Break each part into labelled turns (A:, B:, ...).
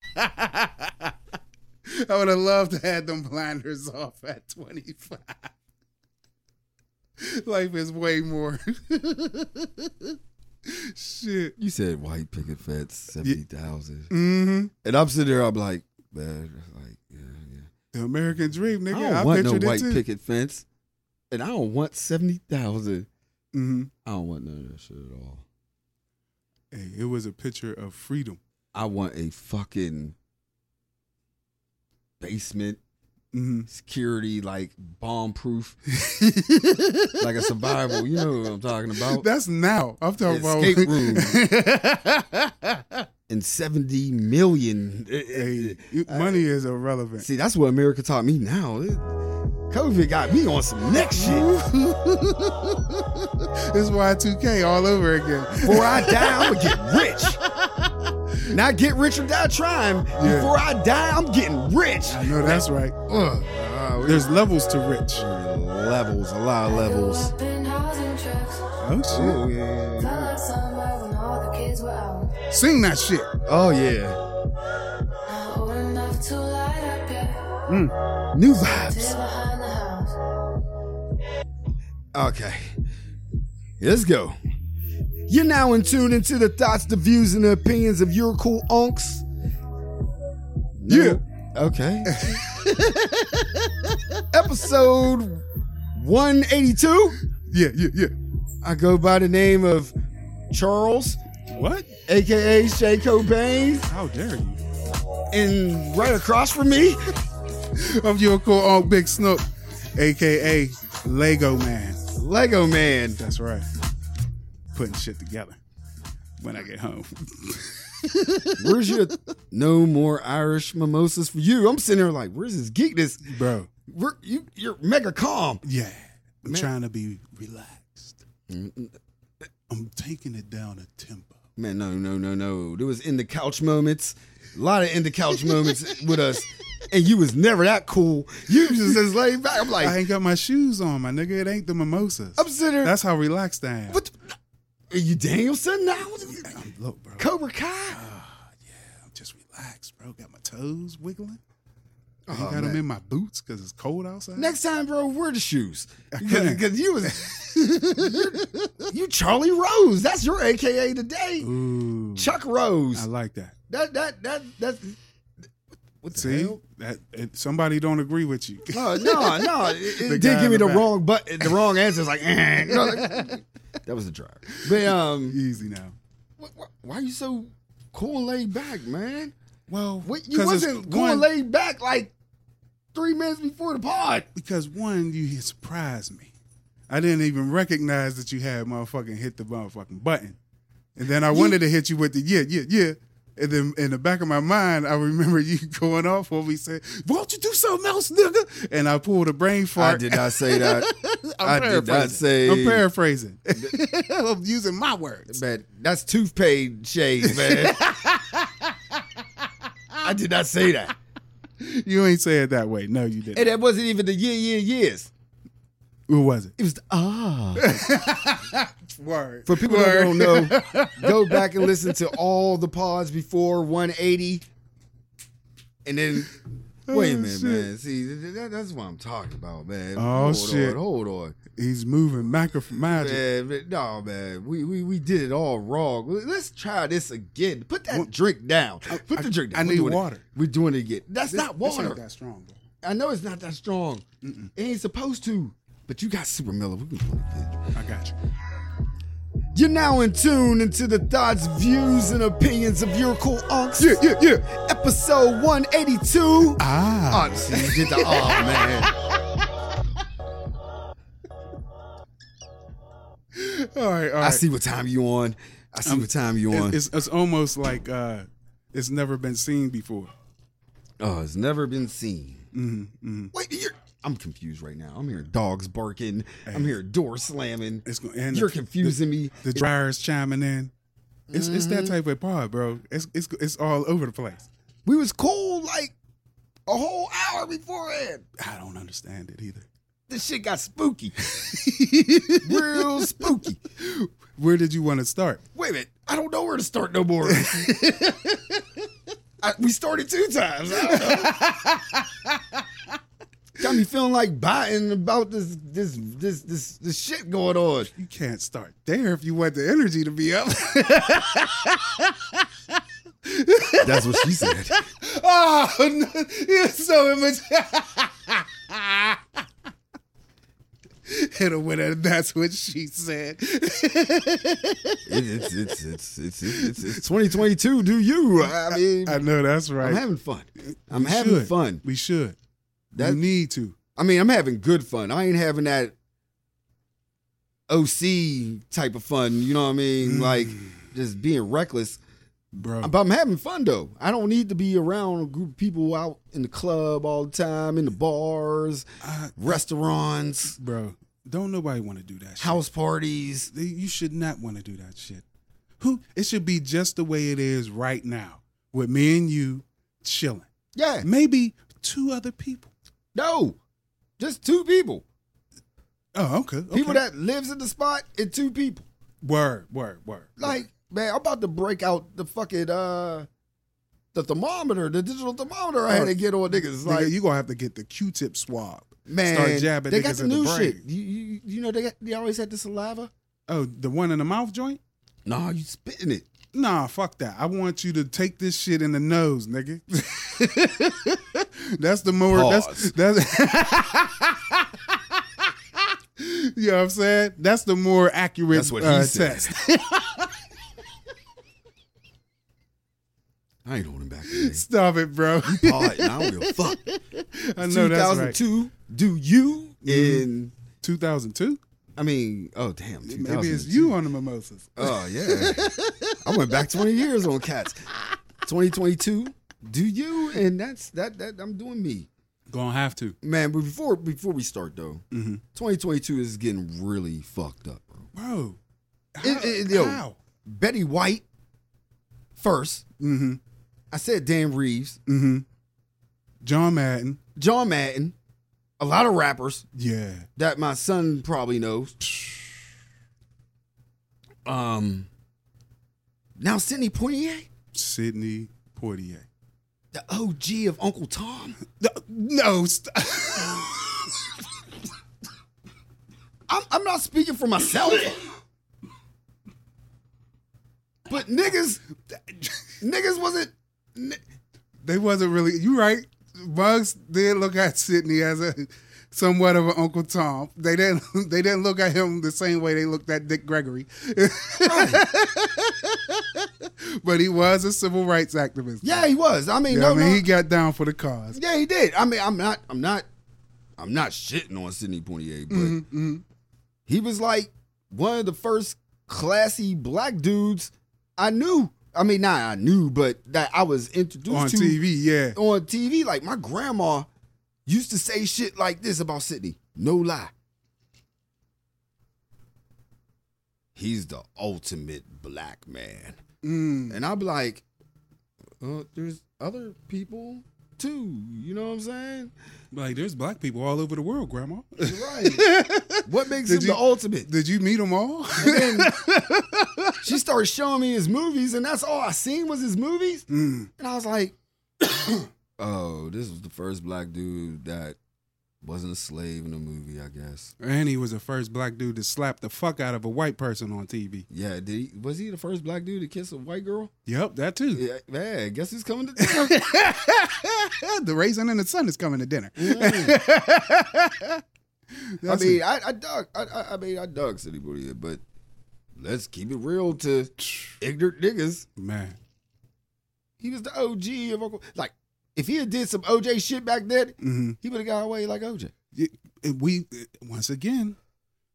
A: I would have loved to have them blinders off at 25. Life is way more. Shit.
B: You said white picket fence, 70,000.
A: Mm-hmm.
B: And I'm sitting there, I'm like, man, like, yeah, yeah.
A: The American dream, nigga.
B: I
A: I,
B: don't want no
A: pictured
B: white
A: it too.
B: picket fence. And I don't want 70,000.
A: Mm-hmm.
B: I don't want none of that shit at all.
A: Hey, it was a picture of freedom.
B: I want a fucking basement
A: Mm-hmm.
B: security, like bomb proof, like a survival. You know what I'm talking about.
A: That's now. I'm talking
B: Escape
A: about
B: and 70 million. Eh, eh,
A: hey, money is irrelevant.
B: See, that's what America taught me now. It- COVID got me on some next shit.
A: it's Y2K all over again.
B: Before I die, I'm gonna get rich. Not get rich or die trying.
A: Yeah.
B: Before I die, I'm getting rich.
A: I know that's right. Ugh. There's levels to rich.
B: Levels, a lot of levels.
A: Oh
B: yeah.
A: shit. Sing that shit.
B: Oh yeah. New vibes. Okay. Let's go. You're now in tune into the thoughts, the views, and the opinions of your cool unks. Yeah. Okay. Episode 182.
A: Yeah, yeah, yeah.
B: I go by the name of Charles,
A: What?
B: aka Shay Cobain,
A: How dare you?
B: and right across from me,
A: I'm your cool on Big Snook, aka Lego Man.
B: Lego Man.
A: That's right. Putting shit together when I get home.
B: Where's your no more Irish mimosas for you? I'm sitting there like, where's this geekness?
A: Bro.
B: We're, you, you're mega calm.
A: Yeah. I'm
B: Man.
A: trying to be relaxed. I'm taking it down a tempo.
B: Man, no, no, no, no. There was in the couch moments, a lot of in the couch moments with us, and you was never that cool. You just just laid back. I'm
A: I
B: like,
A: ain't got my shoes on, my nigga. It ain't the mimosas.
B: I'm sitting there.
A: That's how relaxed I am.
B: What? The, are you Danielson now? What the-
A: I'm look, bro.
B: Cobra Kai.
A: Uh, I'm just relaxed, bro. Got my toes wiggling. I ain't
B: Oh,
A: got 'em
B: man.
A: in my boots because it's cold outside.
B: Next time, bro, wear the shoes.
A: couldn't.
B: Because you was you- you Charlie Rose. That's your AKA today.
A: Ooh,
B: Chuck
A: I
B: Rose.
A: like that.
B: That that that that. What the
A: See,
B: hell?
A: that it, somebody don't agree with you.
B: No, no, no. It, it
A: The
B: did
A: guy
B: give
A: in
B: me
A: the
B: the
A: back.
B: wrong but the wrong answer. It's like, eh. No, like- that was the drive. But um,
A: Easy now.
B: wh- wh- why are you so cool and laid back, man?
A: Well,
B: What you wasn't cool and laid back like three minutes before the pod.
A: because one, you had surprised me. I didn't even recognize that you had motherfucking hit the motherfucking button, and then I wanted to hit you with the yeah, yeah, yeah. And then in the back of my mind, I remember you going off when we said, "Won't you do something else, nigga?" And I pulled a brain fart.
B: not say that.
A: I'm paraphrasing. I'm paraphrasing. I'm using my words.
B: Man, that's toothpaste shade, man. I did not say that.
A: You ain't say it that way. No, you
B: And
A: didn't.
B: that wasn't even the year, year, years.
A: Who was it?
B: It was the ah.
A: Word.
B: For people that don't know, go back and listen to all the pods before 180. And then, wait a
A: Oh,
B: minute,
A: shit.
B: man. See, th- th- that's what I'm talking about, man.
A: Oh,
B: hold
A: shit.
B: On, hold on.
A: He's moving macro magic.
B: Man, man, no, man. We, we we did it all wrong. Let's try this again. Put that
A: What-
B: drink down. Put
A: I-
B: the drink down.
A: I
B: We're
A: need
B: doing it.
A: water.
B: We're doing it again. That's
A: This-
B: not
A: this ain't
B: water.
A: that strong. bro.
B: I know it's not that strong. It ain't supposed to. But you got Super Miller. We can play it.
A: I got you.
B: You're now in tune into the thoughts, views, and opinions of your cool unks.
A: Yeah, yeah, yeah.
B: Episode 182.
A: Ah.
B: Honestly, you did the oh man.
A: All right, all right.
B: I see what time you on. I see what time you on.
A: It's, it's, it's almost like uh, it's never been seen before.
B: oh, it's never been seen. Wait, you're, I'm confused right now. I'm hearing dogs barking. I'm hearing door slamming.
A: It's gonna and
B: You're
A: the,
B: confusing me.
A: The dryer's chiming in. It's, it's that type of pod, bro. It's, it's it's all over the place.
B: We was cool like a whole hour beforehand.
A: I don't understand it either.
B: This shit got spooky. Real spooky.
A: Where did you want to start?
B: Wait a minute. I don't know where to start no more. I, we started two times. I don't know. Got me feeling like biting about this this this this this shit going on.
A: You can't start there if you want the energy to be up.
B: That's what she said.
A: oh, no, you're so immature. Hit her with it. That's what she said.
B: It's it's it's it's it's, it's 2022. Do you? I mean,
A: I know that's right.
B: I'm having fun. I'm
A: We
B: having
A: should.
B: fun.
A: We should.
B: That-
A: we need to.
B: I mean, I'm having good fun. I ain't having that OC type of fun. You know what I mean? Like
A: Mm.
B: just being reckless.
A: Bro.
B: But I'm having fun though. I don't need to be around a group of people out in the club all the time, in the bars,
A: I-
B: restaurants,
A: bro, don't nobody want to do that shit.
B: house parties.
A: They- you should not want to do that shit. Who it should be just the way it is right now with me and you chilling.
B: Yeah,
A: Maybe two other people.
B: no, just two people.
A: Oh, okay. okay.
B: People that lives in the spot and two people.
A: word, word, word.
B: Like, man, I'm about to break out the fucking uh the thermometer, the digital thermometer I had to get on niggas.
A: Nigga,
B: Like,
A: you gonna have to get the Q-tip swab.
B: man,
A: start jabbing
B: they
A: niggas
B: got the
A: in the
B: new
A: brain.
B: shit. You, you, you know they got, they always had the saliva.
A: Oh, the one in the mouth joint?
B: Nah, you spitting it.
A: Nah, fuck that. I want you to take this shit in the nose, nigga. that's the more.
B: Pause.
A: That's that's. you know what I'm saying? That's the more accurate
B: That's what he
A: uh,
B: says.
A: test.
B: I ain't holding back. today.
A: Stop it, bro.
B: Pause it, and I don't give a fuck.
A: I know that's right.
B: 2002. Do you
A: Mhm.
B: in?
A: 2002?
B: I mean, oh damn,
A: Maybe it's
B: 2002.
A: you on the mimosas.
B: Oh yeah, I went back 20 years on cats. 2022. Do you? And that's that. That I'm doing me,
A: Gonna have to.
B: man. But before before we start though,
A: Mm-hmm.
B: 2022 is getting really fucked up, bro.
A: Bro. How?
B: It- it- yo.
A: how?
B: Betty White, first.
A: Mm-hmm.
B: I said Dan Reeves,
A: Mm-hmm. John Madden.
B: John Madden, a lot of rappers
A: Yeah.
B: that my son probably knows. Um, now Sidney Poitier,
A: Sidney Portier.
B: the OG of Uncle Tom.
A: No, no st-
B: I'm, I'm not speaking for myself. But niggas, niggas wasn't. n-
A: they wasn't really. You right? Bugs did look at Sidney as a somewhat of an Uncle Tom. They didn't. They didn't look at him the same way they looked at Dick Gregory. but he was a civil rights activist.
B: Yeah, he was. I mean,
A: You
B: no,
A: know what I mean,
B: no.
A: he got down for the cause.
B: yeah, he did. I mean, I'm not, I'm not, I'm not shitting on Sidney Poitier, but he was like one of the first classy black dudes I knew. I mean, not I knew, but that I was introduced
A: On
B: to
A: TV, yeah.
B: on TV. Like my grandma used to say shit like this about Sidney. No lie. He's the ultimate black man.
A: Mm.
B: And I'd be like, uh, there's other people too. You know what I'm saying?
A: Like, there's black people all over the world, Grandma.
B: You're right. what makes
A: Did
B: him
A: you-
B: the ultimate?
A: Did you meet them all?
B: And she started showing me his movies, and that's all I seen was his movies.
A: Mm.
B: And I was like, oh, this was the first black dude that wasn't a slave in a movie, I guess.
A: And he was the first black dude to slap the fuck out of a white person on TV.
B: Yeah, did he, was he the first black dude to kiss a white girl?
A: Yep, that too.
B: Yeah, man, guess who's coming to town?
A: the raisin and the sun is coming to dinner.
B: I
A: That's
B: mean, I, I dug, I, I, I mean, I dug City Booty, but let's keep it real to ignorant niggas.
A: a- man.
B: He was the OG of Uncle. Like, if he had did some OJ shit back then,
A: Mhm.
B: he would have got away like OJ.
A: And We once again,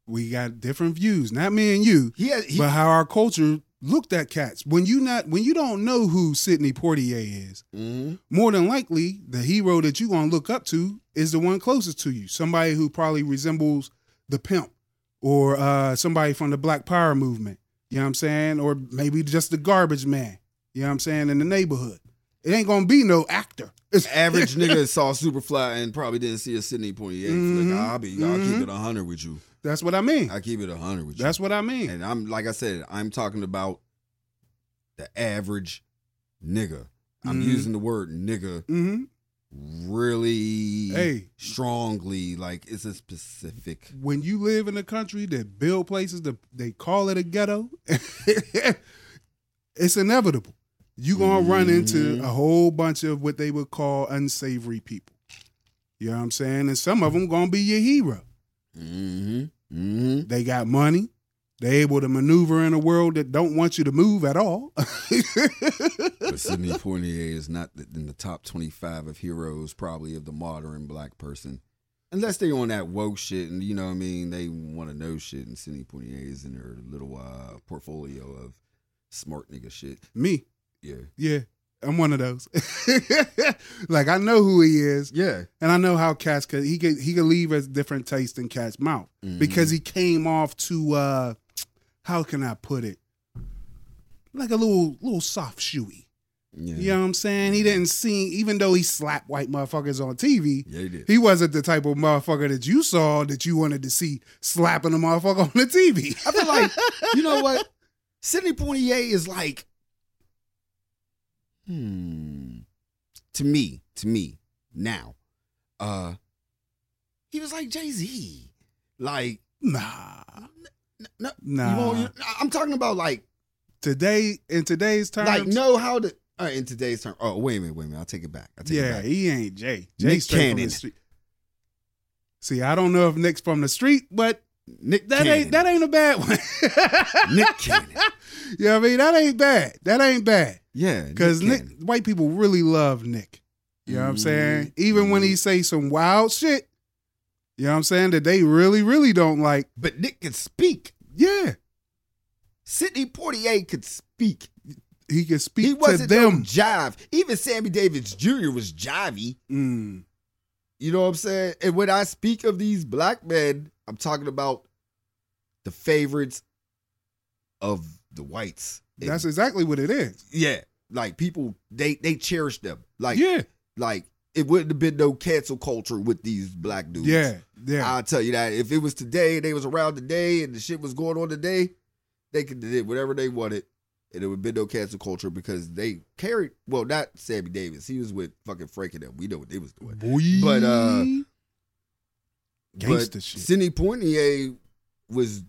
A: we got different views. Not me and you,
B: He had, he,
A: but how our culture looked at cats. When you not when you don't know who Sidney Portier is,
B: Mhm.
A: more than likely the hero that you gonna look up to is the one closest to you. Somebody who probably resembles the pimp or uh, somebody from the Black Power movement. You know what I'm saying? Or maybe just the garbage man. You know what I'm saying? In the neighborhood. It ain't gonna be no actor. It's
B: average nigga saw Superfly and probably didn't see a Sydney Poitier
A: Mhm.
B: flick. I'll be, I'll keep it hundred with you.
A: That's what I mean.
B: I keep it hundred with you.
A: Mm-hmm. That's what I mean.
B: and I'm like I said, I'm talking about the average nigga. I'm
A: Mhm.
B: using the word nigga
A: hmm
B: really
A: Hey.
B: strongly. Like it's a specific.
A: When you live in a country that build places that they call it a ghetto, it's inevitable. You gonna run into
B: Mhm.
A: a whole bunch of what they would call unsavory people. You know what I'm saying? And some of them gonna be your hero.
B: Mm-hmm. Mm-hmm.
A: They got money. They able to maneuver in a world that don't want you to move at all.
B: But Sidney Poitier is not th- in the top 25 of heroes, probably of the modern black person. Unless they on that woke shit and you know what I mean, they want to know shit. And Sidney Poitier is in her little uh, portfolio of smart nigga shit.
A: Me,
B: Yeah.
A: yeah, I'm one of those. like I know who he is,
B: Yeah.
A: and I know how cats could he could he could leave a different taste in cat's mouth
B: Mm-hmm.
A: because he came off to uh how can I put it like a little little soft shoey.
B: Yeah.
A: You know what I'm saying? He um, didn't seem even though he slapped white motherfuckers on TV.
B: Yeah, he did.
A: He wasn't the type of motherfucker that you saw that you wanted to see slapping a motherfucker on the TV.
B: I feel like, you know what? Sidney Poitier is like, hmm. To me, to me, now, uh, he was like Jay Z. Like,
A: Nah,
B: no, You
A: nah.
B: won't- you- I'm talking about like
A: Today in today's terms,
B: like know how to uh, in today's term. Oh wait a minute, wait a minute. I'll take it back. I'll take
A: yeah,
B: it back.
A: he ain't Jay.
B: Nick
A: Jay's straight from
B: Cannon.
A: the street. See, I don't know if Nick's from the street, but
B: Nick
A: that
B: Cannon.
A: ain't that ain't a bad one.
B: Nick Cannon.
A: you know what I mean? That ain't bad. That ain't bad.
B: Yeah,
A: Cause Nick,
B: Cannon.
A: white people really love Nick. You know what I'm
B: Mm-hmm.
A: saying? Even when he say some wild shit, you know what I'm saying, that they really, really don't like.
B: but Nick could speak.
A: Yeah.
B: Sidney Portier could speak.
A: He can speak
B: He
A: to
B: wasn't no
A: them.
B: jive. Even Sammy Davis Jr. was jivey.
A: Mm,
B: You know what I'm saying? And when I speak of these black men, I'm talking about the favorites of the whites. And
A: that's exactly what it is.
B: yeah. Like people, they they cherish them. Like
A: yeah.
B: like it wouldn't have been no cancel culture with these black dudes.
A: Yeah. Yeah.
B: I'll tell you that. If it was today, they was around today, and the shit was going on today, they could did whatever they wanted, and there would be no cancel culture because they carried. Well, not Sammy Davis. He was with fucking Frank and them. We know what they was doing.
A: Boy.
B: But, uh,
A: gangster
B: but
A: shit.
B: Sidney Poitier was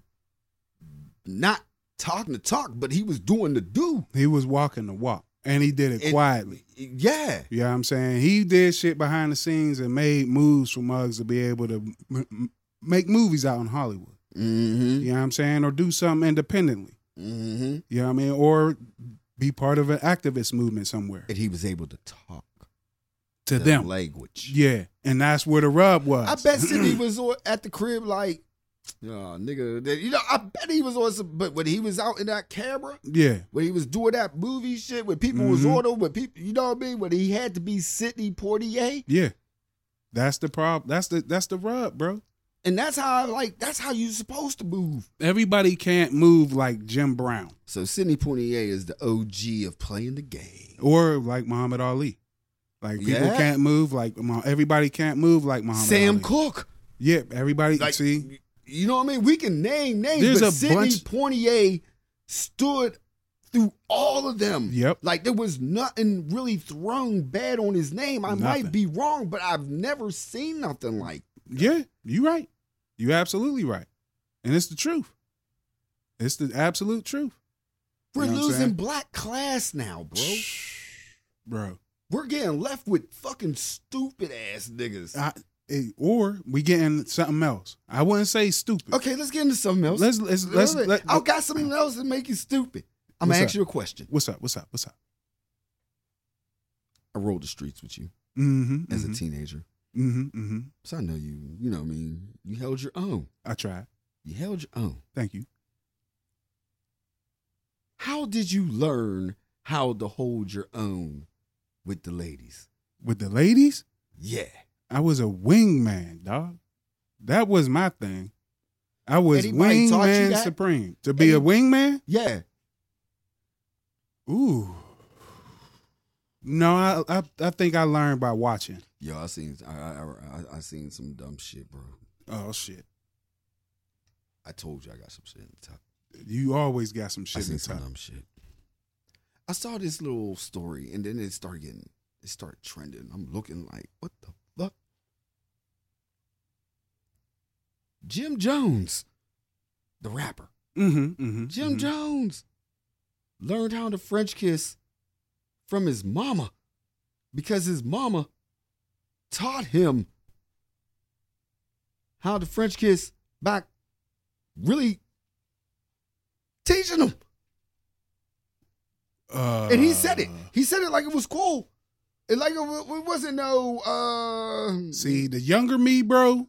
B: not talking the talk, but he was doing the do.
A: he was walking the walk, and he did it,
B: It-
A: quietly.
B: Yeah.
A: You know what I'm saying? He did shit behind the scenes and made moves for Muggs to be able to m- m- make movies out in Hollywood.
B: Mm-hmm.
A: You know what I'm saying? Or do something independently.
B: Mm-hmm.
A: You know what I mean? Or be part of an activist movement somewhere
B: And he was able to talk
A: to
B: the
A: them.
B: language.
A: Yeah, and that's where the rub was.
B: I bet Sidney was on, at the crib like, oh nigga, that- you know. I bet he was on some, but when he was out in that camera,
A: yeah,
B: when he was doing that movie shit, when people was
A: Mhm.
B: on him, when people, you know what I mean, when he had to be Sidney Portier,
A: yeah. That's the problem. That's the that's the rub, bro.
B: and that's how I like, that's how you supposed to move.
A: Everybody can't move like Jim Brown
B: So Sidney Poitier is the OG of playing the game.
A: or like Muhammad Ali. Like people
B: Yeah.
A: can't move like Mu- everybody can't move like Muhammad
B: Sam
A: Ali.
B: Cooke,
A: Yeah, everybody
B: like,
A: see.
B: you know what I mean. We can name names,
A: There's
B: but
A: a
B: Sidney
A: bunch-
B: Poitier stood through all of them.
A: Yep.
B: Like there was nothing really thrown bad on his name. I
A: Nothing.
B: might be wrong, but I've never seen nothing like.
A: Yeah, you right. You absolutely right. And it's the truth. It's the absolute truth,
B: We're
A: You know what I'm
B: losing
A: saying?
B: black class now, bro.
A: bro.
B: We're getting left with fucking stupid ass niggas.
A: I, eh, or we getting something else. I wouldn't say stupid.
B: Okay, let's get into something else.
A: Let's let's let's let,
B: I got something else to make you stupid. I'm
A: What's
B: gonna
A: up?
B: ask you a question.
A: What's up? What's up? What's up?
B: I rolled the streets with you
A: Mm-hmm.
B: as
A: hmm
B: a teenager,
A: hmm hmm
B: so I know you. You know, what I mean, you held your own.
A: I tried.
B: You held your own.
A: Thank you.
B: How did you learn how to hold your own with the ladies?
A: With the ladies,
B: Yeah.
A: I was a wingman, dog. That was my thing. I was
B: Anybody taught you
A: wingman
B: that?
A: supreme. To be a
B: Any-
A: wingman,
B: Yeah.
A: ooh. No, I, I I think I learned by watching.
B: Yo, I seen I I, I I seen some dumb shit, bro.
A: Oh shit!
B: I told you I got some shit in the top.
A: You always got some
B: I
A: shit in
B: seen
A: the
B: some
A: top.
B: dumb shit. I saw this little story, and then it started getting, it started trending. I'm looking like, what the fuck? Jim Jones, the rapper,
A: Mm-hmm. mm-hmm
B: Jim Jones, learned how to French kiss from his mama because his mama taught him how to French kiss back, really teaching him.
A: Uh,
B: and he said it. He said it like it was cool. It like it, wa- it wasn't no. Uh,
A: See, the younger me, bro,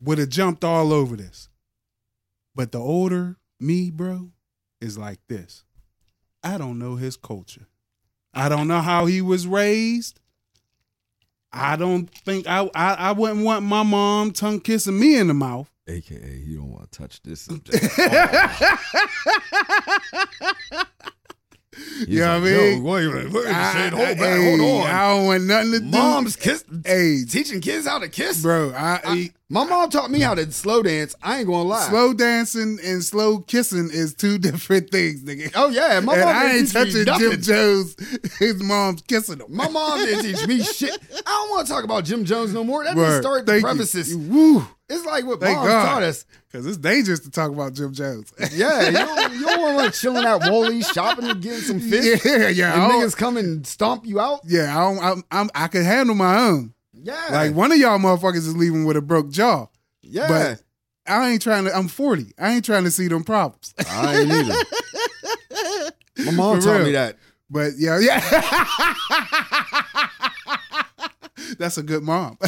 A: would have jumped all over this. But the older me, bro, is like this. I don't know his culture. I don't know how he was raised. I don't think I I, I wouldn't want my mom tongue kissing me in the mouth.
B: AKA, you don't want to touch this subject.
A: You know what I mean?
B: Yo, wait, wait, wait a second, hold, back,
A: hey,
B: hold on.
A: I don't want nothing to
B: Mom's kiss,
A: do. Hey,
B: teaching kids how to kiss.
A: bro, I,
B: I- my mom taught me how to slow dance. I ain't gonna lie.
A: slow dancing and slow kissing is two different things, nigga.
B: Oh yeah, my
A: and
B: mom
A: I
B: didn't
A: ain't
B: teach
A: touching
B: me nothing.
A: Jim Jones. His mom's kissing him.
B: My mom didn't teach me shit. I don't want to talk about Jim Jones no more. That
A: Word.
B: didn't start the
A: Thank you.
B: premises.
A: You- Woo!
B: It's like what
A: Thank
B: mom
A: God.
B: taught us.
A: Because it's dangerous to talk about Jim Jones.
B: Yeah, you don't, you don't want to like chilling at Wooly, shopping and getting some fish.
A: yeah, yeah.
B: And
A: I don't-
B: niggas come and stomp you out.
A: yeah, I don't, I'm, I'm, I could handle my own.
B: Yeah.
A: Like one of y'all motherfuckers is leaving with a broke jaw.
B: yeah.
A: but- I ain't trying to. I'm 40. I ain't trying to see them problems.
B: I ain't either. My mom
A: For
B: taught
A: real.
B: me that.
A: But yeah, yeah. That's a good mom.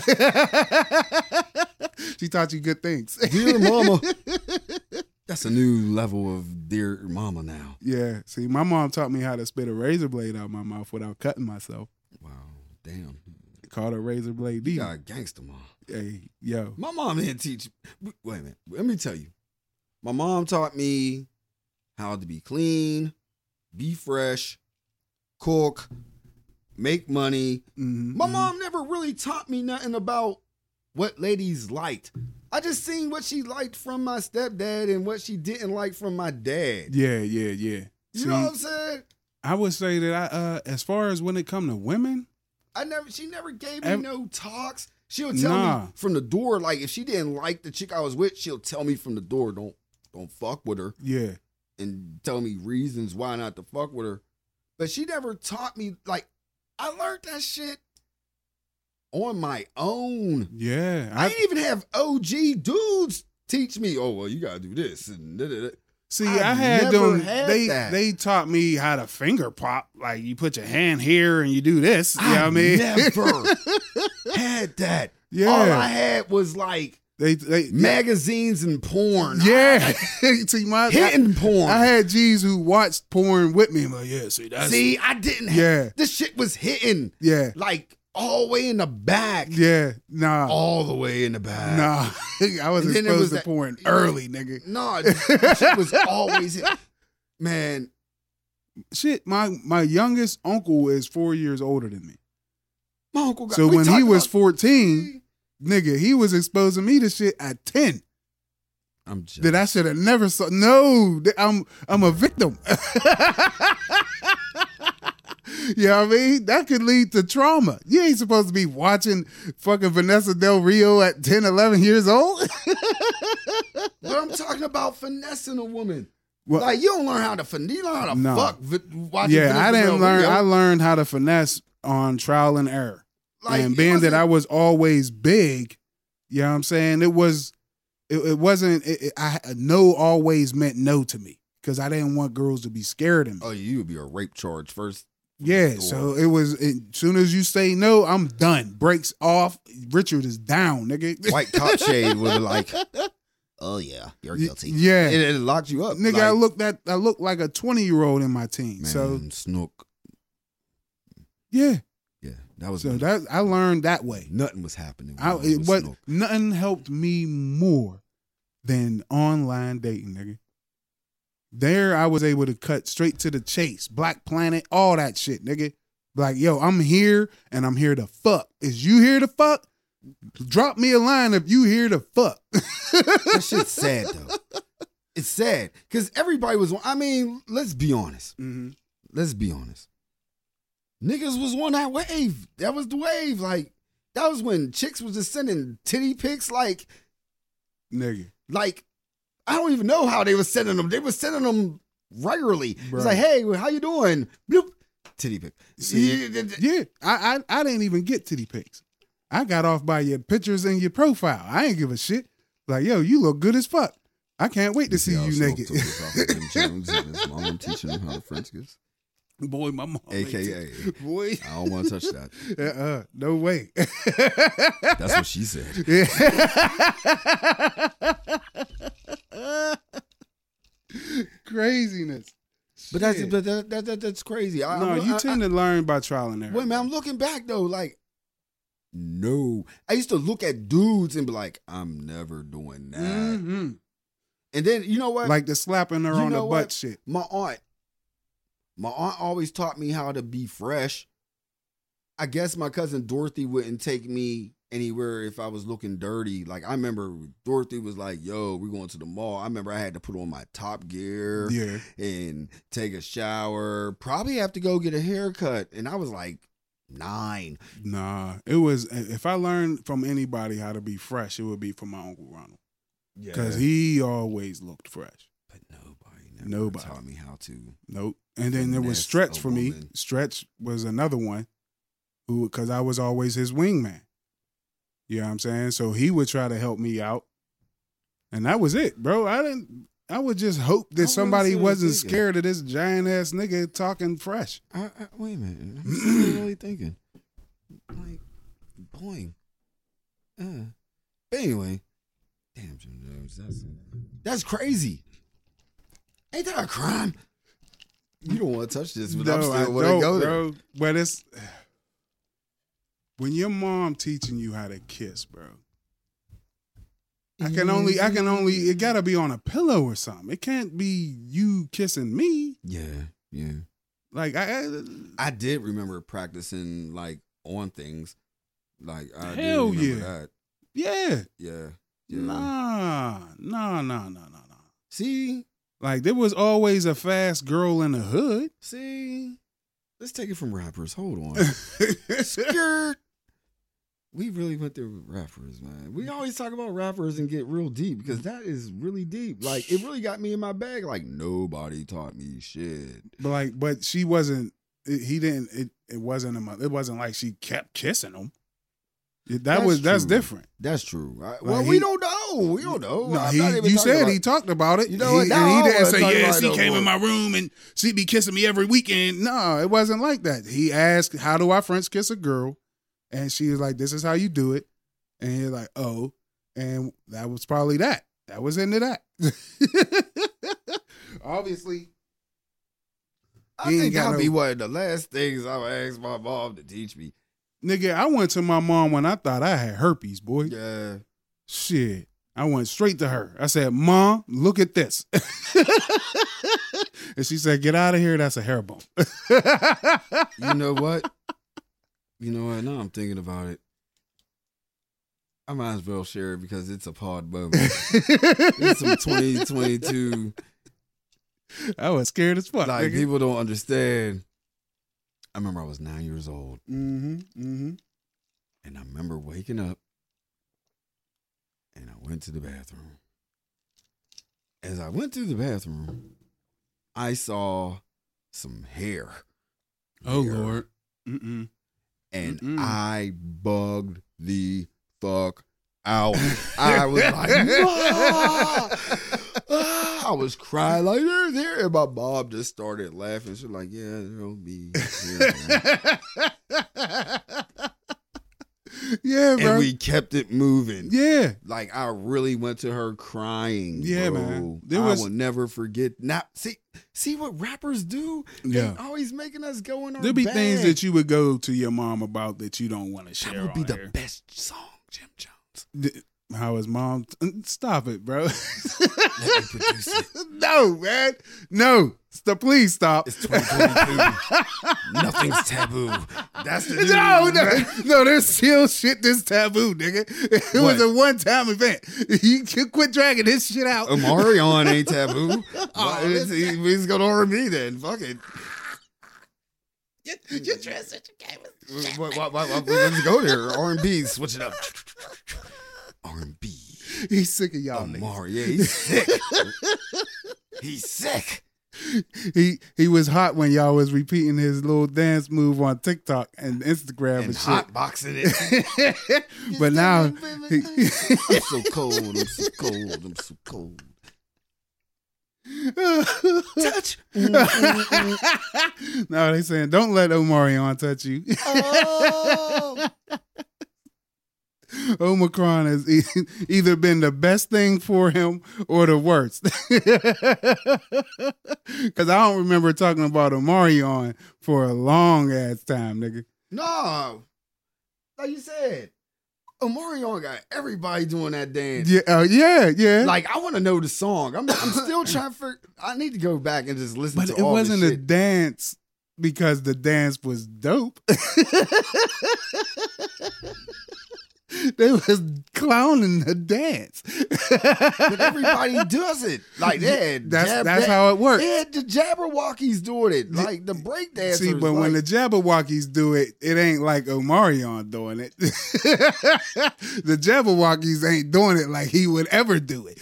A: she taught you good things.
B: Dear mama. That's a new level of dear mama now.
A: Yeah. See, my mom taught me how to spit a razor blade out my mouth without cutting myself.
B: Wow. Damn.
A: Called a razor blade
B: You
A: D.
B: got a gangster mom.
A: Hey, yo.
B: My mom didn't teach. Wait a minute. Let me tell you. My mom taught me how to be clean, be fresh, cook, make money.
A: Mhm,
B: My
A: mhm.
B: mom never really taught me nothing about what ladies liked. I just seen what she liked from my stepdad and what she didn't like from my dad.
A: Yeah, yeah, yeah.
B: You
A: See,
B: know what I'm saying?
A: I would say that I, uh, as far as when it come to women,
B: I never she never gave me
A: Ev-
B: no talks. She'll tell
A: Nah.
B: me from the door, like if she didn't like the chick I was with, she'll tell me from the door, don't don't fuck with her
A: yeah,
B: and tell me reasons why not to fuck with her. But she never taught me like I learned that shit on my own.
A: yeah.
B: I,
A: I,
B: didn't even have OG dudes teach me. Oh well, you gotta do this and da, da, da.
A: see.
B: I've
A: i had
B: never
A: them.
B: had
A: they
B: that.
A: they taught me how to finger pop. Like you put your hand here and you do this. You know what I mean?
B: never had that.
A: yeah.
B: All I had was like
A: they they
B: magazines and porn.
A: yeah. see my. I,
B: hitting porn.
A: I had G's who watched porn with me. I'm like, yeah, see that's
B: See, I didn't. Have,
A: Yeah.
B: this shit was hitting
A: yeah,
B: like all the way in the back,
A: yeah. Nah,
B: all the way in the back.
A: nah. I was
B: And then it
A: exposed
B: was
A: to
B: that-
A: porn early, nigga.
B: No, this shit was always hit. man.
A: Shit, my my youngest uncle is four years older than me.
B: My uncle got.
A: So
B: Oh, we
A: when he
B: talked
A: was
B: about-
A: fourteen, nigga, he was exposing me to shit at ten
B: I'm just.
A: that I should have never saw. No, th- I'm I'm a victim. you know what I mean? That could lead to trauma. You ain't supposed to be watching fucking Vanessa Del Rio at 10, 11 years old.
B: but I'm talking about finessing a woman.
A: Well-
B: like you don't learn how to finesse. You learn how to
A: No.
B: fuck. Vi- watching
A: yeah, I
B: Vanessa
A: didn't
B: Del
A: learn.
B: Rio.
A: I learned how to finesse on trial and error.
B: Like,
A: and
B: it
A: being that
B: wasn't-
A: I was always big, you know what I'm saying? It was, it, it wasn't, it, it- I, no always meant no to me because I didn't want girls to be scared of me.
B: oh, you would be a rape charge first.
A: yeah. So it was, as soon as you say no, I'm done. Breaks off. Richard is down, nigga.
B: White cop shade would be like, "Oh yeah, you're guilty."
A: Yeah.
B: it, it locked you up,
A: nigga,
B: Like,
A: I looked at, I looked like a 20 year old in my teens. So
B: Man, Snook.
A: yeah.
B: Yeah, that was
A: So
B: when
A: that, I learned that way.
B: nothing was happening. when
A: I,
B: was
A: it
B: with
A: was
B: Snook.
A: nothing helped me more than online dating, nigga. There, I was able to cut straight to the chase. Black Planet, all that shit, nigga. Like, yo, I'm here and I'm here to fuck. Is you here to fuck? Drop me a line if you here to fuck.
B: that shit's sad though. It's sad because everybody was. I mean, let's be honest. let's be honest. Niggas was on that wave. That was the wave. Like that was when chicks was just sending titty pics. Like
A: nigga.
B: like I don't even know how they were sending them. They were sending them regularly.
A: Bruh.
B: It's like, hey, how you doing? Bloop. Titty pic.
A: See?
B: Yeah, yeah, yeah.
A: Yeah, I, I I didn't even get titty pics. I got off by your pictures and your profile. I ain't give a shit. Like, yo, you look good as fuck. I can't wait to see
B: how
A: you
B: Snoop
A: naked.
B: took this off of Jim Jones and his mom teaching him how to French kiss.
A: Boy, my mom. ain't
B: AKA,
A: Oh, too- Boy.
B: I don't want to touch that.
A: Uh uh. No way.
B: That's what she said.
A: Craziness.
B: But that's
A: Shit.
B: but that, that, that- that's crazy. I,
A: no,
B: I,
A: you
B: I-
A: tend to learn by trial and error.
B: Wait, man, I'm looking back though, like, no. I used to look at dudes and be like, I'm never doing that.
A: Mhm.
B: And then you know what?
A: Like the slapping her
B: You
A: on the
B: know what?
A: butt shit.
B: my aunt, my aunt always taught me how to be fresh. I guess my cousin Dorothy wouldn't take me anywhere if I was looking dirty. Like I remember Dorothy was like, "Yo, we're going to the mall." I remember I had to put on my Top Gear
A: Yeah.
B: and take a shower. Probably have to go get a haircut. And I was like nine.
A: Nah, it was. If I learned from anybody how to be fresh, it would be from my uncle Ronald
B: Yeah,
A: because he always looked fresh.
B: but nobody, never
A: Nobody.
B: taught me how to.
A: Nope. And then there was
B: Finesse
A: Stretch
B: a
A: for me.
B: woman.
A: Stretch was another one who, because I was always his wingman. You know what I'm saying? So he would try to help me out, and that was it, bro. I didn't. I would just hope
B: I
A: that
B: wouldn't
A: somebody
B: say I was
A: wasn't
B: thinking.
A: scared of this giant ass nigga talking fresh.
B: I, I, wait a minute. I'm still really thinking. Like, boing. Uh, but anyway, damn, Jim Jones, that's that's crazy. Ain't that a crime? You don't want to touch this, but I'm still want to go there.
A: But it's when your mom teaching you how to kiss, bro. I can only, I can only.
B: Mm-hmm.
A: It gotta be on a pillow or something. It can't be you kissing me.
B: Yeah, yeah.
A: Like I, I
B: I did remember practicing like on things. Like, I
A: Hell
B: do remember
A: yeah.
B: that.
A: yeah,
B: Yeah, yeah.
A: nah, nah, nah, nah, nah, nah.
B: See,
A: Like there was always a fast girl in the hood.
B: see. Let's take it from rappers. Hold on. Skirt. We really went through rappers, man.
A: Mm.
B: We always talk about rappers and get real deep because that is really deep. Like it really got me in my bag. Like nobody taught me shit.
A: but like, but she wasn't. It, he didn't. It, it wasn't a. mo- It wasn't like she kept kissing him. It- that
B: That's
A: was that's
B: true.
A: different.
B: That's true. I, well,
A: Well, he-
B: we don't know. We don't know.
A: No,
B: I'm
A: he,
B: not even
A: you
B: talking
A: said
B: about-
A: he talked about it.
B: You know what?
A: He,
B: No,
A: and he
B: I
A: didn't
B: wasn't
A: say,
B: talking
A: yeah,
B: about
A: she
B: no
A: came
B: boy."
A: in my room and she be kissing me every weekend. No, it wasn't like that. He asked, how do I French kiss a girl? And she was like, this is how you do it. And he's like, oh. And that was probably that. That was into that. Obviously.
B: I
A: he ain't
B: think
A: got
B: that'll
A: no-
B: be one of the last things I would ask my mom to teach me.
A: Nigga, I went to my mom when I thought I had herpes, boy.
B: Yeah.
A: Shit. I went straight to her. I said, Mom, look at this. and she said, Get out of here. That's a hair bone.
B: You know what? you know what? Now I'm thinking about it. I might as well share it because it's a pod moment. It's some 2022.
A: I was scared as fuck.
B: like
A: nigga.
B: people don't understand. I remember I was nine years old,
A: mm-hmm, mm-hmm.
B: and I remember waking up, and I went to the bathroom. As I went to the bathroom, I saw some hair,
A: Oh,
B: Hair.
A: Lord. Mm-mm.
B: and
A: Mm-mm.
B: I bugged the fuck out. I was like, "Ah!" Ah, I was crying like there, there, and my mom just started laughing. She's like, "Yeah, there'll be." hair, man."
A: yeah, bro.
B: and we kept it moving.
A: yeah.
B: Like I really went to her crying.
A: Yeah,
B: bro.
A: man. There
B: I
A: was-
B: will never forget. Now, see, see what rappers do.
A: Yeah.
B: They always making us go in our
A: There'll be
B: bag.
A: things that you would go to your mom about that you don't want to share.
B: that would be
A: on
B: the
A: air.
B: best song, Jim Jones.
A: D- How his mom? mm, Stop it, bro.
B: Let me produce it.
A: no, man. No. St- please stop.
B: It's 2022. Nothing's taboo. That's the
A: No,
B: new-
A: no, no, there's still shit that's taboo, nigga. It was
B: What?
A: a one time event. You can quit dragging this shit out.
B: Um, Omarion ain't taboo.
A: Oh,
B: Why- he's gonna order me then. Fuck it.
C: Your, your transition game is shit.
B: Why- why- why- why- Let's go there. R and B, switch it up. R and B.
A: He's sick of y'all niggas.
B: Omar, yeah, he's sick. he's sick.
A: He he was hot when y'all was repeating his little dance move on TikTok and Instagram
B: And
A: and,
B: hot boxing it.
A: shit. but now he,
B: I'm so cold. I'm so cold. I'm so cold. Touch.
A: Mm, now they saying don't let Omarion touch you.
C: Oh.
A: Omicron has e- either been the best thing for him or the worst. Because I don't remember talking about Omarion for a long ass time, nigga.
B: No, like you said, Omarion got everybody doing that dance.
A: Yeah, uh, yeah, yeah.
B: Like I want to know the song. I'm, I'm still trying for. I need to go back and just listen
A: but
B: to
A: it
B: all this
A: wasn't a
B: shit.
A: dance because the dance was dope. they was clowning the dance.
B: but everybody does it. Like that.
A: that's that's how it works.
B: Yeah, the Jabberwockies doing it. Like the breakdancers.
A: See, but when the
B: like,
A: Jabberwockies do it, it ain't like Omarion doing it. the Jabberwockies ain't doing it like he would ever do it.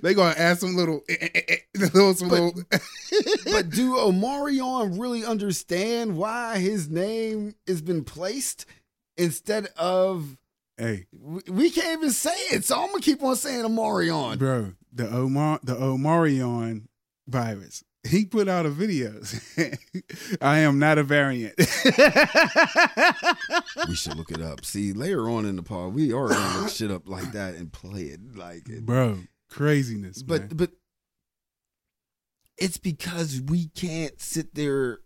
A: they gonna add some little, eh, little, some
B: But-
A: little.
B: but do Omarion really understand why his name has been placed instead of?
A: hey,
B: we- We can't even say it, so I'm gonna keep on saying Omarion.
A: bro, the Omar, the Omarion virus. He put out a video. I am not a variant.
B: We should look it up. See, later on in the pod, we are gonna look shit up like that and play it like it.
A: bro, craziness.
B: but
A: man.
B: but it's because we can't sit there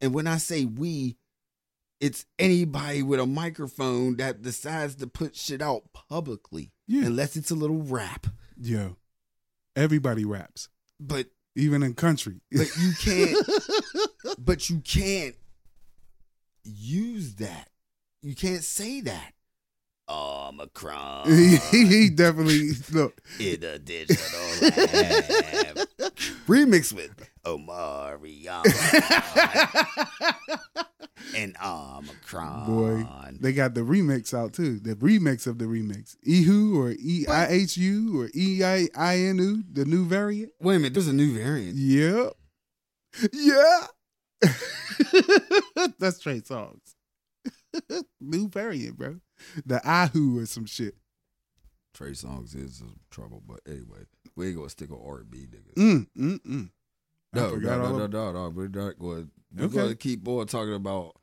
B: and when i say we it's anybody with a microphone that decides to put shit out publicly
A: Yeah.
B: unless it's a little rap
A: yo, everybody raps,
B: but
A: even in country.
B: but you can't but you can't use that you can't say that Oh, Omicron
A: he definitely look.
B: in a digital lab. Remix with Omarion and Omicron.
A: Boy, they got the remix out too. The remix of the remix. Ihu or E I H U or E I I N U, the new variant.
B: Wait a minute, there's a new variant.
A: Yep. Yeah. That's Trey Songs. new variant, bro. The Ihu or some shit.
B: Trey Songs is trouble, but anyway, we ain't gonna stick on R&B, nigga.
A: Mm, mm, mm. I
B: No, no,
A: forgot all
B: no, no,
A: of-
B: no, no, we're not going. We're
A: Okay.
B: gonna keep on talking about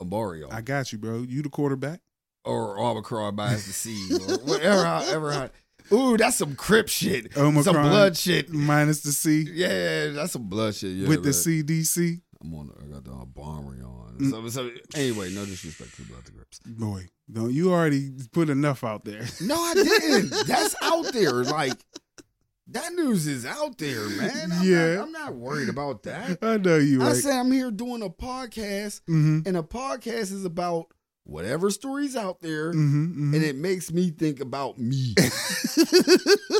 B: Omarion
A: I got you, bro. You the quarterback.
B: or Omicron buys the seed or whatever. however, I- Ooh, that's some Crip shit.
A: Omicron.
B: Some blood shit.
A: Minus the C
B: Yeah, that's some blood shit. Yeah,
A: with the
B: man.
A: CDC.
B: I'm on. I got the Omarion. on.
A: Mm.
B: So, so anyway, no disrespect to Blood the Grips.
A: Boy, don't you already put enough out there.
B: No, I didn't. That's out there. Like that news is out there, man. I'm
A: Yeah.
B: not, I'm not worried about that.
A: I know you
B: I
A: right.
B: said I'm here doing a podcast,
A: mm-hmm.
B: and a podcast is about whatever stories out there,
A: Mm-hmm,
B: and it makes me think about me.
A: Mm-hmm.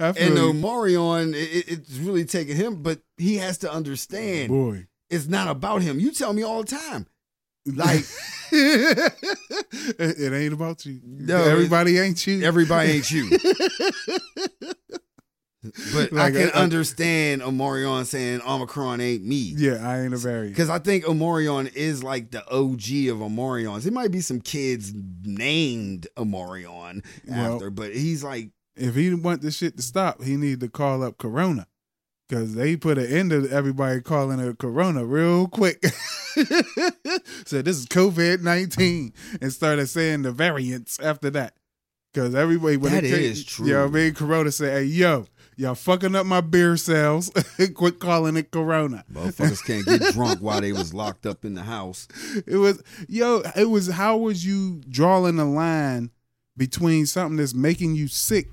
A: I feel
B: and
A: you.
B: Omarion, it, it- it's really taking him, but he has to understand
A: boy.
B: it's not about him. You tell me all the time, like.
A: it, it ain't about you.
B: No,
A: Everybody ain't you.
B: Everybody ain't you.
A: Like,
B: but I can
A: I- I-
B: understand Omarion saying Omicron ain't me.
A: yeah, I ain't a variant.
B: Because I think Omarion is like the OG of Omarions. It might be some kids named Omarion
A: Well-
B: after, but he's like,
A: If he didn't want this shit to stop, he need to call up Corona. Cause they put an end to everybody calling it Corona real quick. so this is COVID nineteen, and started saying the variants after that. Cause everybody when
B: That
A: it came-
B: is true.
A: You know what I mean? Corona said, "Hey, yo, y'all fucking up my beer sales. Quit calling it Corona."
B: motherfuckers can't get drunk while they was locked up in the house.
A: It was yo. It was how was you drawing a line between something that's making you sick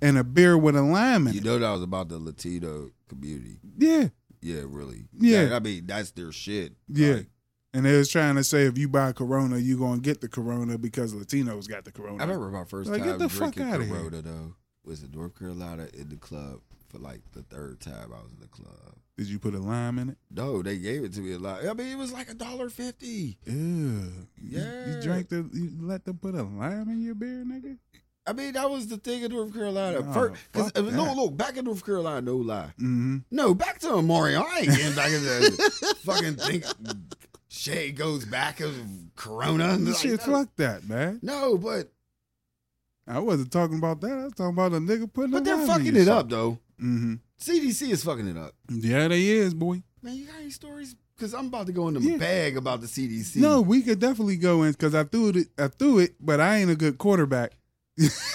A: and a beer with a lime in
B: You
A: it?
B: know that was about the Latino community.
A: Yeah,
B: Yeah, really.
A: Yeah.
B: I mean, that's their shit.
A: yeah.
B: Like,
A: and they was trying to say if you buy Corona, you gonna get the Corona because Latinos got the Corona.
B: I remember my first
A: Like, get
B: time
A: the fuck
B: drinking
A: outta here.
B: Corona though was in North Carolina in the club. for like the third time I was in the club.
A: Did you put a lime in it?
B: No, they gave it to me a lot. I mean, it was like a dollar fifty.
A: Ew. You,
B: Yeah.
A: you drank the. You let them put a lime in your beer, nigga.
B: I mean, that was the thing in North Carolina.
A: No,
B: First, cause,
A: fuck
B: uh, no,
A: that.
B: look back in North Carolina, no lie.
A: Mm-hmm.
B: No, back to Mario. I ain't getting back in the fucking thing. Shade goes back of Corona. Like,
A: Shit,
B: no,
A: fuck that, man.
B: no, but
A: I wasn't talking about that. I was talking about a nigga putting.
B: but
A: a
B: they're
A: lime
B: fucking
A: in
B: it up though.
A: Mm-hmm.
B: CDC is fucking it up.
A: Yeah, they is, boy.
B: Man, you got any stories? Because I'm about to go in the
A: Yeah.
B: bag about the CDC.
A: No, we could definitely go in because I threw it. I threw it, but I ain't a good quarterback.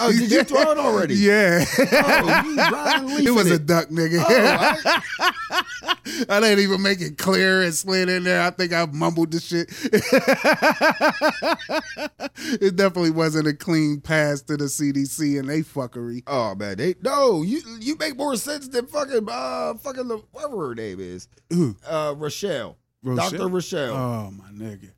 B: oh, did you throw it already?
A: Yeah.
B: Oh, you Ryan Leaf
A: it was
B: in
A: a
B: it.
A: duck, nigga.
B: Oh, I-
A: I didn't even make it clear and slid in there. I think I mumbled the shit. it definitely wasn't a clean pass to the CDC and they fuckery.
B: oh man, they no. You you make more sense than fucking uh fucking the, whatever her name is.
A: Ooh,
B: Uh, Rochelle, Doctor
A: Rochelle.
B: Rochelle.
A: Oh my nigga,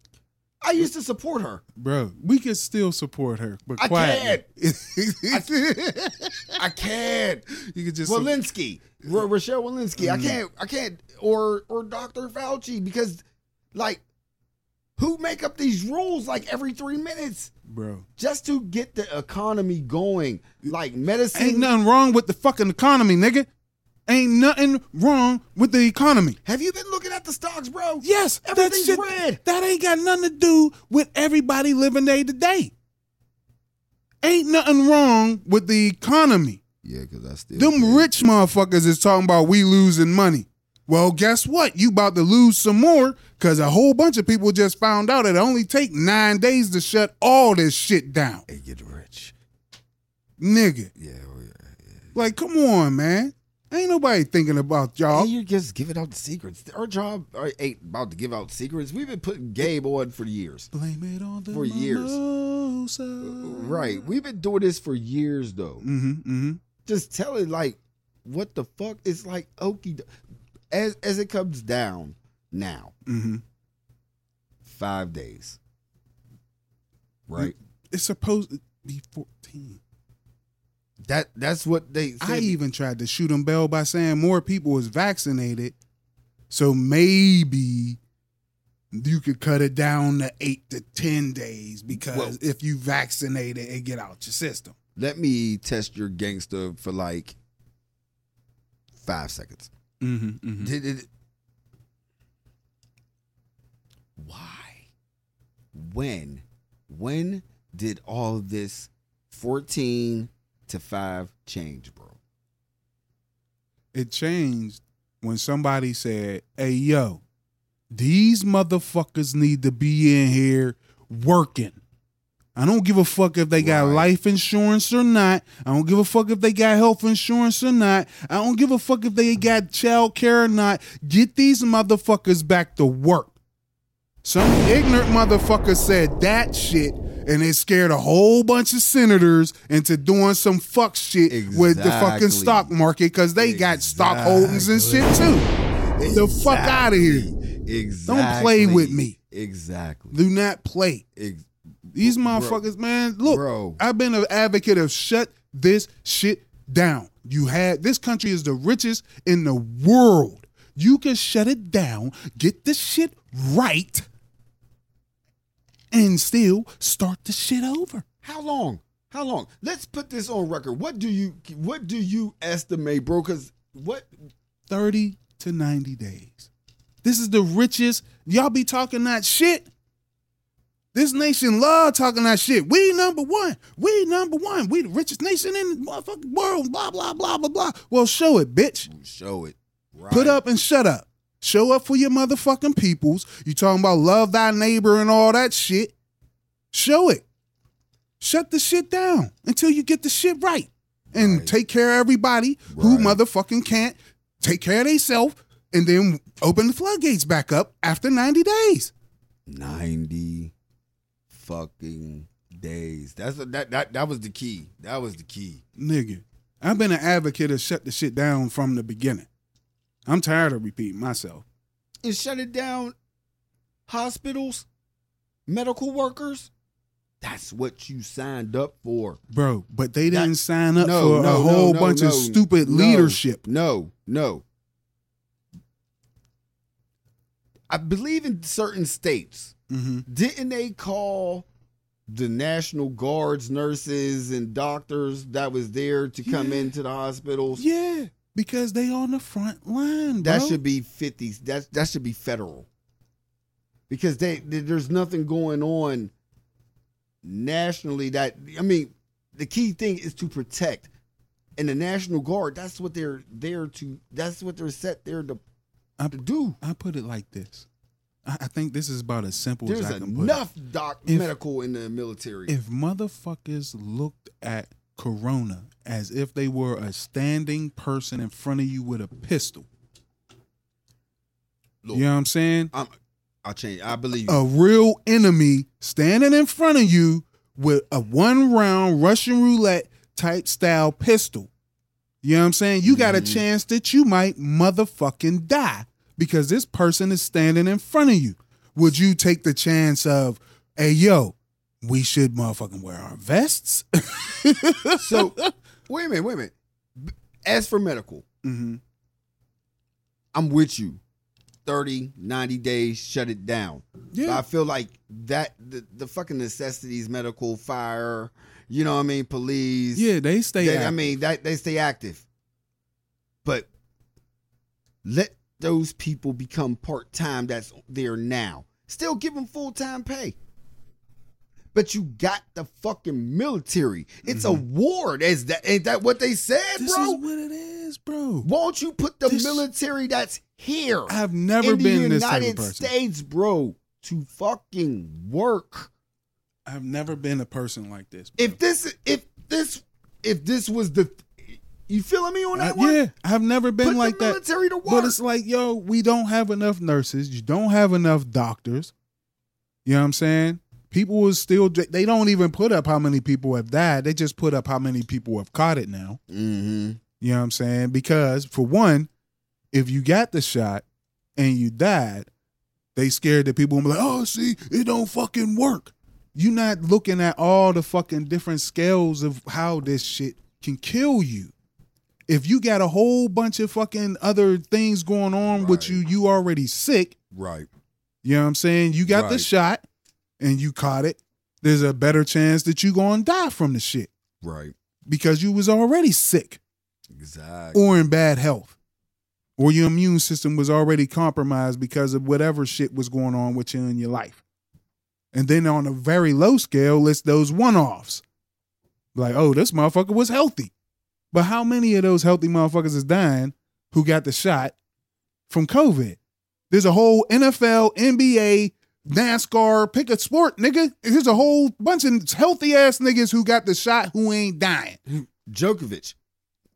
B: I used to support her.
A: bro, we can still support her, but
B: I
A: quietly.
B: I can't.
A: you could just
B: Walensky, Ro- Rochelle Walensky.
A: Mm.
B: I can't. I can't. Or or Dr. Fauci because, like, who make up these rules like every three minutes
A: bro.
B: just to get the economy going? Like medicine.
A: Ain't nothing wrong with the fucking economy, nigga. Ain't nothing wrong with the economy.
B: Have you been looking at the stocks, bro?
A: Yes,
B: Everything's
A: that shit,
B: red.
A: That ain't got nothing to do with everybody living day to day. Ain't nothing wrong with the economy.
B: Yeah, because I still
A: Them rich motherfuckers is talking about we losing money. Well, guess what? You about to lose some more because a whole bunch of people just found out it only take nine days to shut all this shit down.
B: Hey, get rich.
A: Nigga.
B: Yeah.
A: Like, come on, man. Ain't nobody thinking about
B: And
A: y'all.
B: you're just giving out secrets. Our job uh, ain't about to give out secrets. We've been putting Gabe on for years.
A: Blame it on the
B: For years. Right. We've been doing this for years, though.
A: Mm-hmm. Mm-hmm.
B: Just telling, like, what the fuck is like okie. do- As, as it comes down now,
A: Mm-hmm.
B: five days. Right?
A: It's supposed to be 14.
B: That That's what they said.
A: I even tried to shoot him bell by saying more people was vaccinated, so maybe you could cut it down to eight to ten days because
B: Well-
A: if you vaccinate it, it get out your system.
B: Let me test your gangster for like five seconds.
A: Mm-hmm,
B: Did it? Why? When? When did all of this 14 to 5 change, bro?
A: It changed when somebody said, "Hey, yo, these motherfuckers need to be in here working." I don't give a fuck if they got
B: Right.
A: life insurance or not. I don't give a fuck if they got health insurance or not. I don't give a fuck if they got child care or not. Get these motherfuckers back to work. Some ignorant motherfucker said that shit and it scared a whole bunch of senators into doing some fuck shit with the
B: Exactly.
A: fucking stock market because they got stock holdings and shit too. Get the fuck outta here.
B: Exactly.
A: Don't play with me.
B: Exactly.
A: Do not play.
B: Ex-
A: These motherfuckers, man, look,
B: Bro.
A: I've been an advocate of shut this shit down. You had this country is the richest in the world. You can shut it down, get this shit right, and still start the shit over.
B: How long? How long? Let's put this on record. What do you what do you estimate, bro? Cuz what
A: 30 to 90 days. This is the richest. Y'all be talking that shit. This nation love talking that shit. We number one. We number one. We the richest nation in the motherfucking world. Blah, blah, blah, blah, blah. Well, show it, bitch.
B: show it. Right.
A: Put up and shut up. Show up for your motherfucking peoples. You talking about love thy neighbor and all that shit. Show it. Shut the shit down until you get the shit right. And
B: Right.
A: take care of everybody who
B: Right.
A: motherfucking can't take care of theyself and then open the floodgates back up after 90 days.
B: 90 fucking days. That's what, that that that was the key. That was the key.
A: Nigga, I've been an advocate of shut the shit down from the beginning. I'm tired of repeating myself.
B: And shut it down hospitals, medical workers. That's what you signed up for.
A: bro. But they
B: That-
A: didn't sign up
B: No,
A: for
B: no,
A: a
B: no,
A: whole
B: no,
A: bunch
B: no,
A: of stupid
B: no.
A: leadership.
B: No, no. I believe in certain states,
A: Mm-hmm.
B: didn't they call the National Guards, nurses, and doctors that was there to come
A: Yeah.
B: into the hospitals?
A: Yeah, because they on the front line, bro.
B: That should be fifty. That that should be federal, because they, there- there's nothing going on nationally. That I mean, the key thing is to protect, and the National Guard. That's what they're there to. That's what they're set there to,
A: I-
B: to do.
A: I put it like this. I, I think this is about as simple
B: There's
A: as I can put it.
B: enough doc
A: If-
B: medical in the military.
A: If motherfuckers looked at Corona as if they were a standing person in front of you with a pistol,
B: Look,
A: you know what I'm saying?
B: I'm, I'll change. I believe. you.
A: a real enemy standing in front of you with a one round Russian roulette type style pistol. You know what I'm saying? You got a
B: Mhm.
A: chance that you might motherfucking die because this person is standing in front of you. Would you take the chance of, hey, yo, we should motherfucking wear our vests?
B: so wait a minute. Wait a minute. B- As for medical,
A: mm-hmm.
B: I'm with you. 30, 90 days, shut it down. But I
A: Yeah.
B: feel like that the, the fucking necessities, medical, fire, you know what I mean, police.
A: Yeah, they stay.
B: they- I
A: active.
B: mean, that they stay active. But let those people become part time that's there now. Still give them full time pay. But you got the fucking military. It's a war. Is that ain't that what they said,
A: Mm-hmm. this
B: bro?
A: is what it is, bro.
B: Won't you put the
A: This-
B: military that's here?
A: I've never
B: in
A: been
B: the
A: this type of
B: United
A: person.
B: States, bro, to fucking work.
A: I've never been a person like this. bro.
B: If this, if this, if this was the, you feeling me on
A: I-
B: that one?
A: Uh, yeah, I've never been
B: Put
A: like
B: the
A: that.
B: military to work.
A: But it's like, yo, we don't have enough nurses. You don't have enough doctors. You know what I'm saying? People will still, they don't even put up how many people have died. They just put up how many people have caught it now.
B: mm-hmm.
A: You know what I'm saying? Because, for one, if you got the shot and you died, they scared that people will be like, oh, see, it don't fucking work. You're not looking at all the fucking different scales of how this shit can kill you. If you got a whole bunch of fucking other things going on with
B: Right.
A: you, you already sick.
B: Right.
A: You know what I'm saying? You got the
B: Right.
A: shot and you caught it. There's a better chance that you gonna die from the shit
B: Right.
A: because you was already sick
B: Exactly.
A: or in bad health, or your immune system was already compromised because of whatever shit was going on with you in your life. And then on a very low scale, it's those one offs. Like, oh, this motherfucker was healthy. But how many of those healthy motherfuckers is dying who got the shot from COVID? There's a whole NFL, NBA, NASCAR, pick a sport, nigga. There's a whole bunch of healthy ass niggas who got the shot who ain't dying.
B: Djokovic.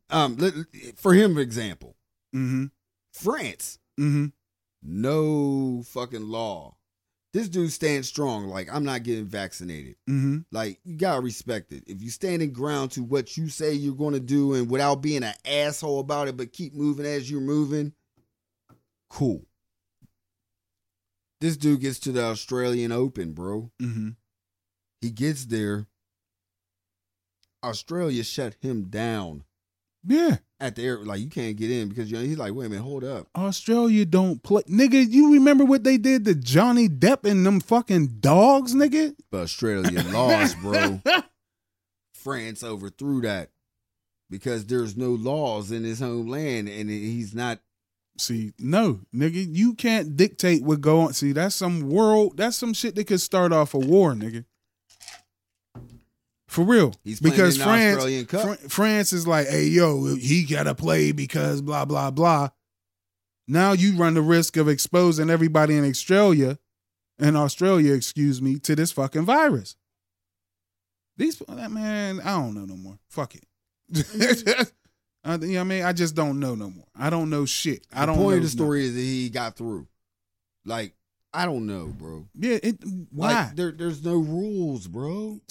B: Um, let, for him, for example,
A: Mm-hmm.
B: France,
A: Mm-hmm.
B: no fucking law. This dude stands strong. Like I'm not getting vaccinated.
A: Mm-hmm.
B: Like you gotta respect it. If you standing ground to what you say you're gonna do and without being an asshole about it, but keep moving as you're moving, cool. This dude gets to the Australian Open, bro.
A: Mm-hmm.
B: He gets there. Australia shut him down
A: Yeah.
B: at the air. Like you can't get in because you know, he's like, wait a minute, hold up.
A: Australia don't play. Nigga, you remember what they did to Johnny Depp and them fucking dogs, nigga?
B: But Australia lost, bro. France overthrew that because there's no laws in his homeland, and he's not
A: See, no, nigga, you can't dictate what go on. See, that's some world, that's some shit that could start off a war, nigga. For real.
B: He's playing
A: because
B: in the
A: France,
B: Australian Cup.
A: Fran- France is like, hey, yo, he got to play because blah, blah, blah. Now you run the risk of exposing everybody in Australia, in Australia, excuse me, to this fucking virus. These, that man, I don't know no more. Fuck it. I, you know what I mean? I just don't know no more. I don't know shit. I don't
B: the point
A: know
B: of the
A: nothing.
B: story is that he got through. Like I don't know, bro.
A: Yeah, it, why?
B: Like, there, there's no rules, bro.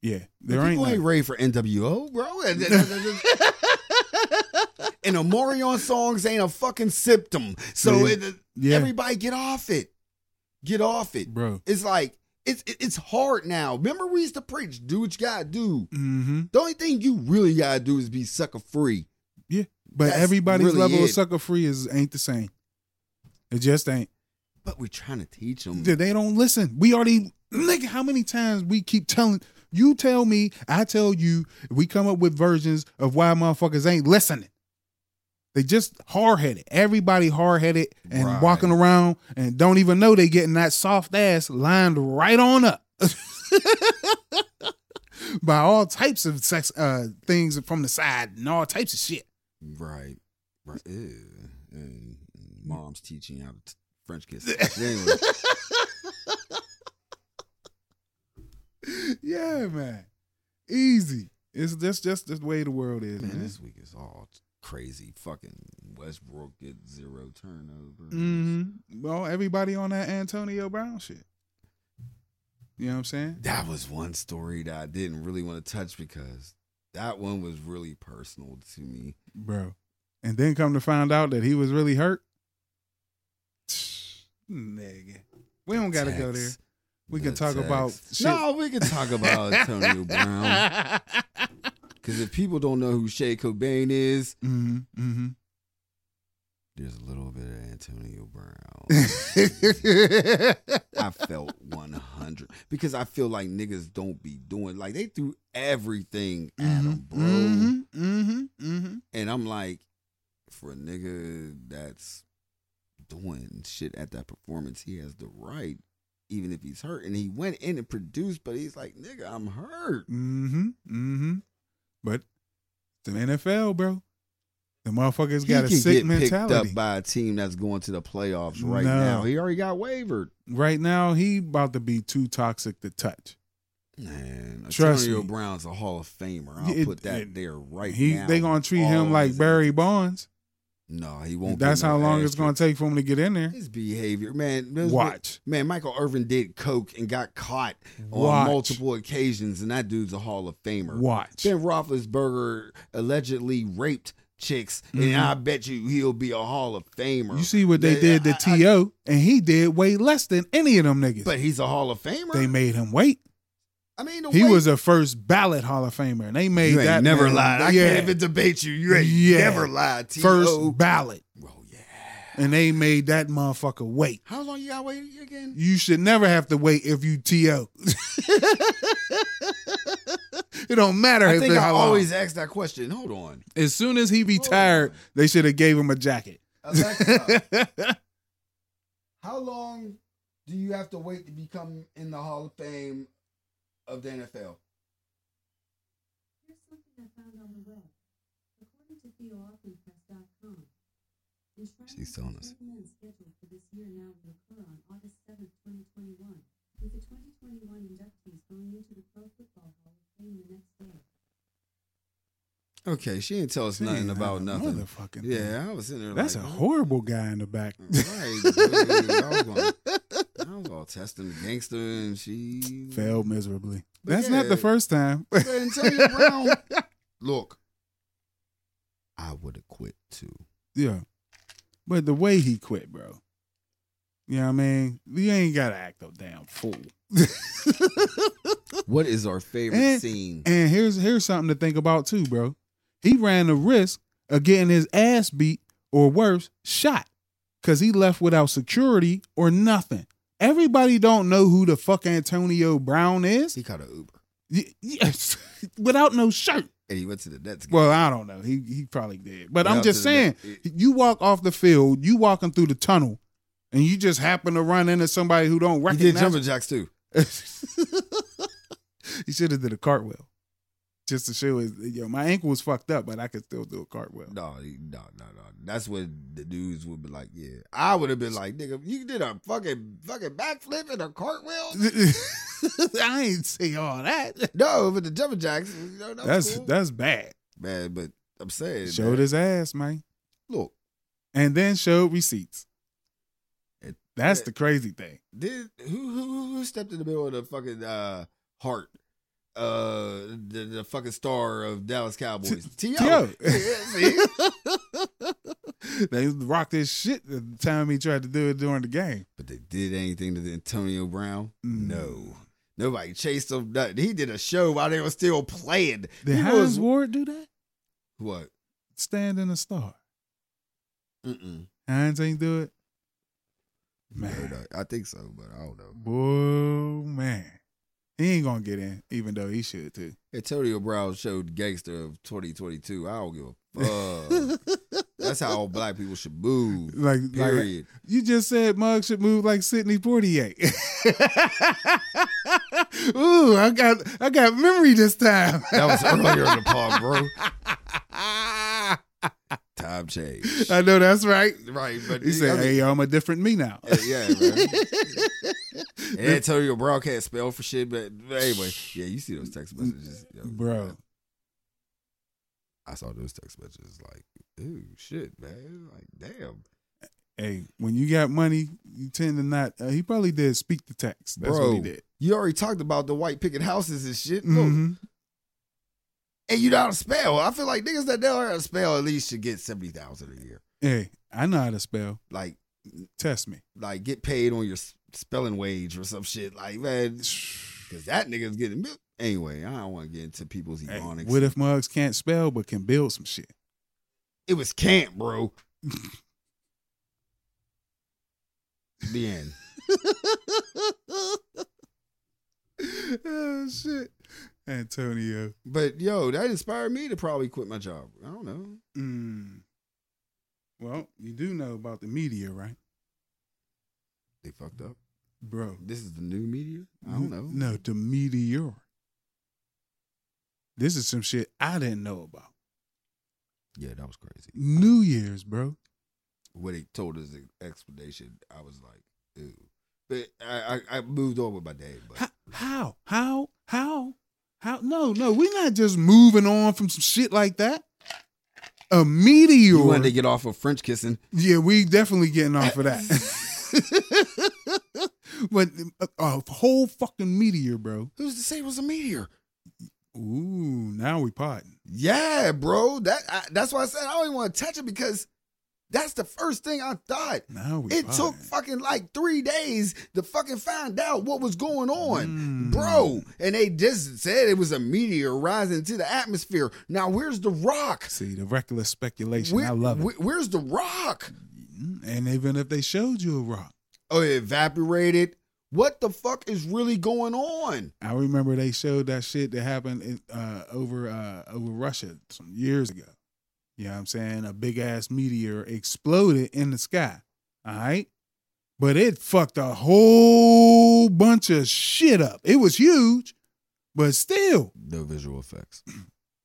A: yeah,
B: The
A: there ain't.
B: people ain't,
A: none.
B: ready for NWO, bro. and the Morion songs ain't a fucking symptom. So
A: Yeah.
B: it,
A: Yeah,
B: everybody get off it. Get off it.
A: bro.
B: It's like it's it- it's hard now. Remember, we used to preach, do what you gotta do.
A: Mm-hmm.
B: The only thing you really gotta do is be sucker free.
A: But
B: That's
A: everybody's
B: really
A: level of
B: it.
A: sucker free is ain't the same. It just ain't.
B: But we're trying to teach them.
A: They they don't listen. We already look how many times we keep telling you tell me, I tell you, we come up with versions of why motherfuckers ain't listening. They just hard headed. Everybody hard headed and
B: Right.
A: walking around and don't even know they getting that soft ass lined right on up. By all types of sex uh things from the side and all types of shit.
B: Right. Right. Ew. And mom's teaching how to t- French kiss. anyway,
A: Yeah, man. Easy. It's that's just the way the world is, man.
B: man, this week is all crazy. Fucking Westbrook get zero turnovers.
A: Mm-hmm. Well, everybody on that Antonio Brown shit. You know what I'm saying?
B: That was one story that I didn't really want to touch because that one was really personal to me.
A: Bro. And then come to find out that he was really hurt. Nigga. We don't gotta go there.
B: Text.
A: We can
B: The
A: talk about
B: text.
A: shit.
B: No, we can talk about Antonio Brown. Because if people don't know who Shea Cobain is,
A: Mm-hmm. Mm-hmm.
B: there's a little bit of Antonio Brown.
A: mm-hmm.
B: I felt 100 because I feel like niggas don't be doing like they threw everything at him, bro.
A: Mm-hmm. Mm-hmm.
B: And I'm like, for a nigga that's doing shit at that performance, he has the right, even if he's hurt. And he went in and produced, but he's like, nigga, I'm hurt.
A: Mm-hmm. Mm-hmm. But the NFL, bro. The motherfuckers
B: He
A: got
B: can
A: a sick
B: get picked
A: mentality.
B: up by a team that's going to the playoffs right
A: No.
B: now. He already got wavered.
A: right now, he about to be too toxic to touch.
B: Man,
A: Trust
B: Antonio
A: me.
B: Brown's a Hall of Famer. I'll
A: It-
B: put that
A: it-
B: there right
A: he
B: now.
A: they gonna treat
B: All
A: him like
B: his-
A: Barry Bonds.
B: No, he won't.
A: That's
B: get
A: how
B: no
A: long it's
B: asterisk.
A: gonna take for him to get in there.
B: His behavior, man. those-
A: Watch,
B: Man, Michael Irvin did coke and got caught on
A: Watch.
B: multiple occasions, and that dude's a Hall of Famer.
A: watch.
B: Ben Roethlisberger allegedly raped chicks,
A: Mhm.
B: and I bet you he'll be a Hall of Famer.
A: You see what they did to
B: I- I-
A: To, and he did way less than any of them niggas.
B: But he's a Hall of Famer.
A: they made him wait.
B: I mean, the
A: He
B: way-
A: was a first ballot Hall of Famer, and they made
B: you ain't
A: that
B: never
A: man-
B: lied. I
A: yeah,
B: can't even debate you. You ain't
A: Yeah.
B: never lied. T.O.
A: first ballot,
B: Oh yeah.
A: and they made that motherfucker wait.
B: How long you got waiting again?
A: You should never have to wait if you to. it don't matter.
B: I
A: if
B: think
A: it-
B: I
A: how long.
B: always ask that question. Hold on.
A: As soon as he retired, they should have gave him a jacket.
B: Alexa, how long do you have to wait to become in the Hall of Fame of the NFL?
D: Here's something I found on the web. According to TheoAuthentPress.com,
B: She's telling us.
D: scheduled for this year now will occur on August 7th, 2021, with the 2021 inductees going into the Pro Football Hall of Fame the next day.
B: Okay, she didn't tell us nothing
A: Damn,
B: about
A: that
B: nothing.
A: Motherfucking thing.
B: Yeah, I was in there.
A: That's a
B: like, Mm. oh,
A: horrible guy in the back.
B: Right. dude. I, was gonna- I was all testing the gangster and she.
A: Failed miserably.
B: But
A: That's not
B: yeah.
A: the first time.
B: But Antonio Brown. Look, I would have quit too.
A: yeah. But the way he quit, bro. You know what I mean? You ain't gotta act a damn fool.
B: What is our favorite
A: And-
B: scene?
A: And here's here's something to think about too, bro. He ran the risk of getting his ass beat or worse, shot. Cause he left without security or nothing. Everybody don't know who the fuck Antonio Brown is.
B: he caught an Uber
A: Y- yes. without no shirt.
B: and he went to the Nets. game.
A: Well, I don't know. He he probably did. But
B: Went
A: I'm
B: out
A: just
B: to the
A: saying,
B: Nets.
A: you walk off the field, you walking through the tunnel, and you just happen to run into somebody who don't
B: He did
A: recognize.
B: jumping jacks too.
A: you should have did a cartwheel, just to show his. Yo, my ankle was fucked up, but I could still do a cartwheel.
B: No, he- no, no, no. That's what the dudes would be like. Yeah, I would have been like, nigga, you did a fucking fucking backflip and a cartwheel.
A: I ain't say all that.
B: No, but the jumping jacks, you know, that
A: That's
B: was cool.
A: that's bad.
B: man. But I'm saying,
A: Showed
B: man,
A: his ass, man,
B: Look,
A: and then showed receipts.
B: It-
A: That's
B: it-
A: the crazy thing.
B: did who who who- who stepped in the middle of the fucking uh, heart? Uh, the, the fucking star of Dallas Cowboys, T.O.
A: T.O.
B: Yeah, see?
A: they rocked his shit the time he tried to do it during the game.
B: But they did anything to the Antonio Brown?
A: Mm.
B: No. Nobody chased him. Nothing. He did a show while they were still playing.
A: Did
B: he
A: Hines
B: was
A: Ward do that?
B: what?
A: Stand in the star.
B: Mm-mm.
A: Hines ain't do it.
B: No,
A: Man,
B: no, I think so, but I don't know.
A: boy, man, he ain't gonna get in, even though he should too.
B: Antonio Brown showed gangster of 2022. I don't give a fuck. That's how all black people should move.
A: Like, like
B: Period.
A: you just said, Mug should move like Sidney Portier. Ooh, I got, I got memory this time.
B: that was earlier in the pod, bro. Time change.
A: I know that's right.
B: Right, but
A: He said, "Hey, I'm a different me now."
B: yeah, man. and Antonio Brown can't spell for shit, but but anyway, yeah, you see those text messages, Yo,
A: Bro,
B: I saw those text messages, like, ooh, shit, man, like, damn,
A: hey, when you got money, you tend to not. Uh, he probably did speak the text. That's what he
B: Bro.
A: did.
B: you already talked about the white picket houses and shit, Look,
A: Mhm.
B: and you know how to spell. I feel like niggas that know how to spell at least should get seventy thousand a year,
A: Hey, I know how to spell.
B: like,
A: Test me.
B: like get paid on your s- spelling wage or some shit, like, man, because that nigga's getting. mil- Anyway, I don't want to get into people's
A: Hey,
B: ebonics.
A: what if Muggs can't spell but can build some shit?
B: It was camp, bro. the end.
A: oh shit, Antonio.
B: But yo, that inspired me to probably quit my job. I don't know.
A: Mm. Well, you do know about the media, right,
B: They fucked up.
A: bro?
B: This is the new media. I don't know.
A: No, the meteor. This is some shit I didn't know about.
B: Yeah, that was crazy.
A: New Year's, bro.
B: When they told us the explanation, I was like, ew. But I, I, I moved on with my day. But
A: How? How? How? How? How? No, no, we're not just moving on from some shit like that. A meteor.
B: you wanted to get off of French kissing.
A: yeah, we definitely getting off of that. but a, a whole fucking meteor, bro.
B: Who's to say it was a meteor?
A: Ooh, now we potting.
B: Yeah, bro. That I, that's why I said I don't even want to touch it because that's the first thing I thought.
A: Now we.
B: It took
A: potting.
B: fucking like three days to fucking find out what was going on,
A: Mm.
B: bro. And they just said it was a meteor rising to the atmosphere. Now, where's the rock?
A: See the reckless speculation.
B: Where-
A: I love it.
B: where- where's the rock?
A: Mm, And even if they showed you a rock,
B: Oh, it evaporated. What the fuck is really going on?
A: I remember they showed that shit that happened in, uh, over uh, over Russia some years ago. You know what I'm saying? A big ass meteor exploded in the sky. All right. But it fucked a whole bunch of shit up. It was huge, but still,
B: No visual effects.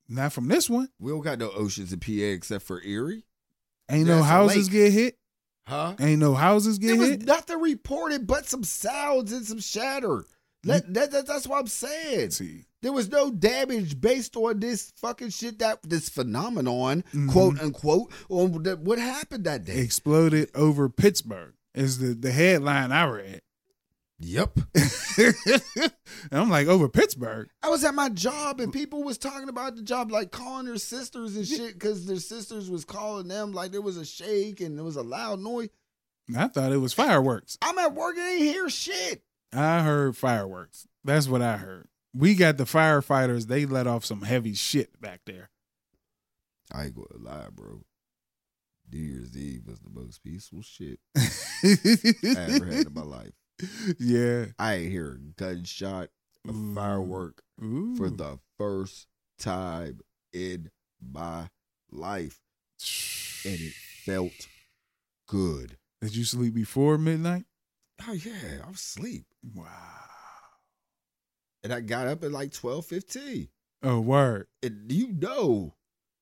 A: not from this one.
B: We don't got no oceans in PA except for Erie,
A: Ain't no
B: That's a
A: houses
B: lake.
A: get hit.
B: huh?
A: Ain't no houses
B: There
A: get
B: was
A: hit.
B: nothing reported but some sounds and some shatter. Let, that, that, that's what I'm saying.
A: See,
B: There was no damage based on this fucking shit that this phenomenon,
A: Mhm.
B: quote unquote, on th- what happened that day.
A: exploded over Pittsburgh is the, the headline I read.
B: Yep.
A: and I'm like, over Pittsburgh?
B: I was at my job and people was talking about the job, like calling their sisters and shit, because their sisters was calling them like there was a shake and there was a loud noise.
A: I thought it was fireworks.
B: I'm at work and ain't hear shit.
A: I heard fireworks. That's what I heard. We got the firefighters. They let off some heavy shit back there.
B: I ain't gonna lie, bro. New Year's Eve was the most peaceful shit I ever had in my life.
A: yeah.
B: I ain't hear a gunshot, a
A: Ooh.
B: firework,
A: Ooh.
B: for the first time in my life, and it felt good.
A: Did you sleep before midnight?
B: Oh yeah, I was asleep,
A: Wow.
B: and I got up at like twelve fifteen.
A: Oh, word.
B: And you know,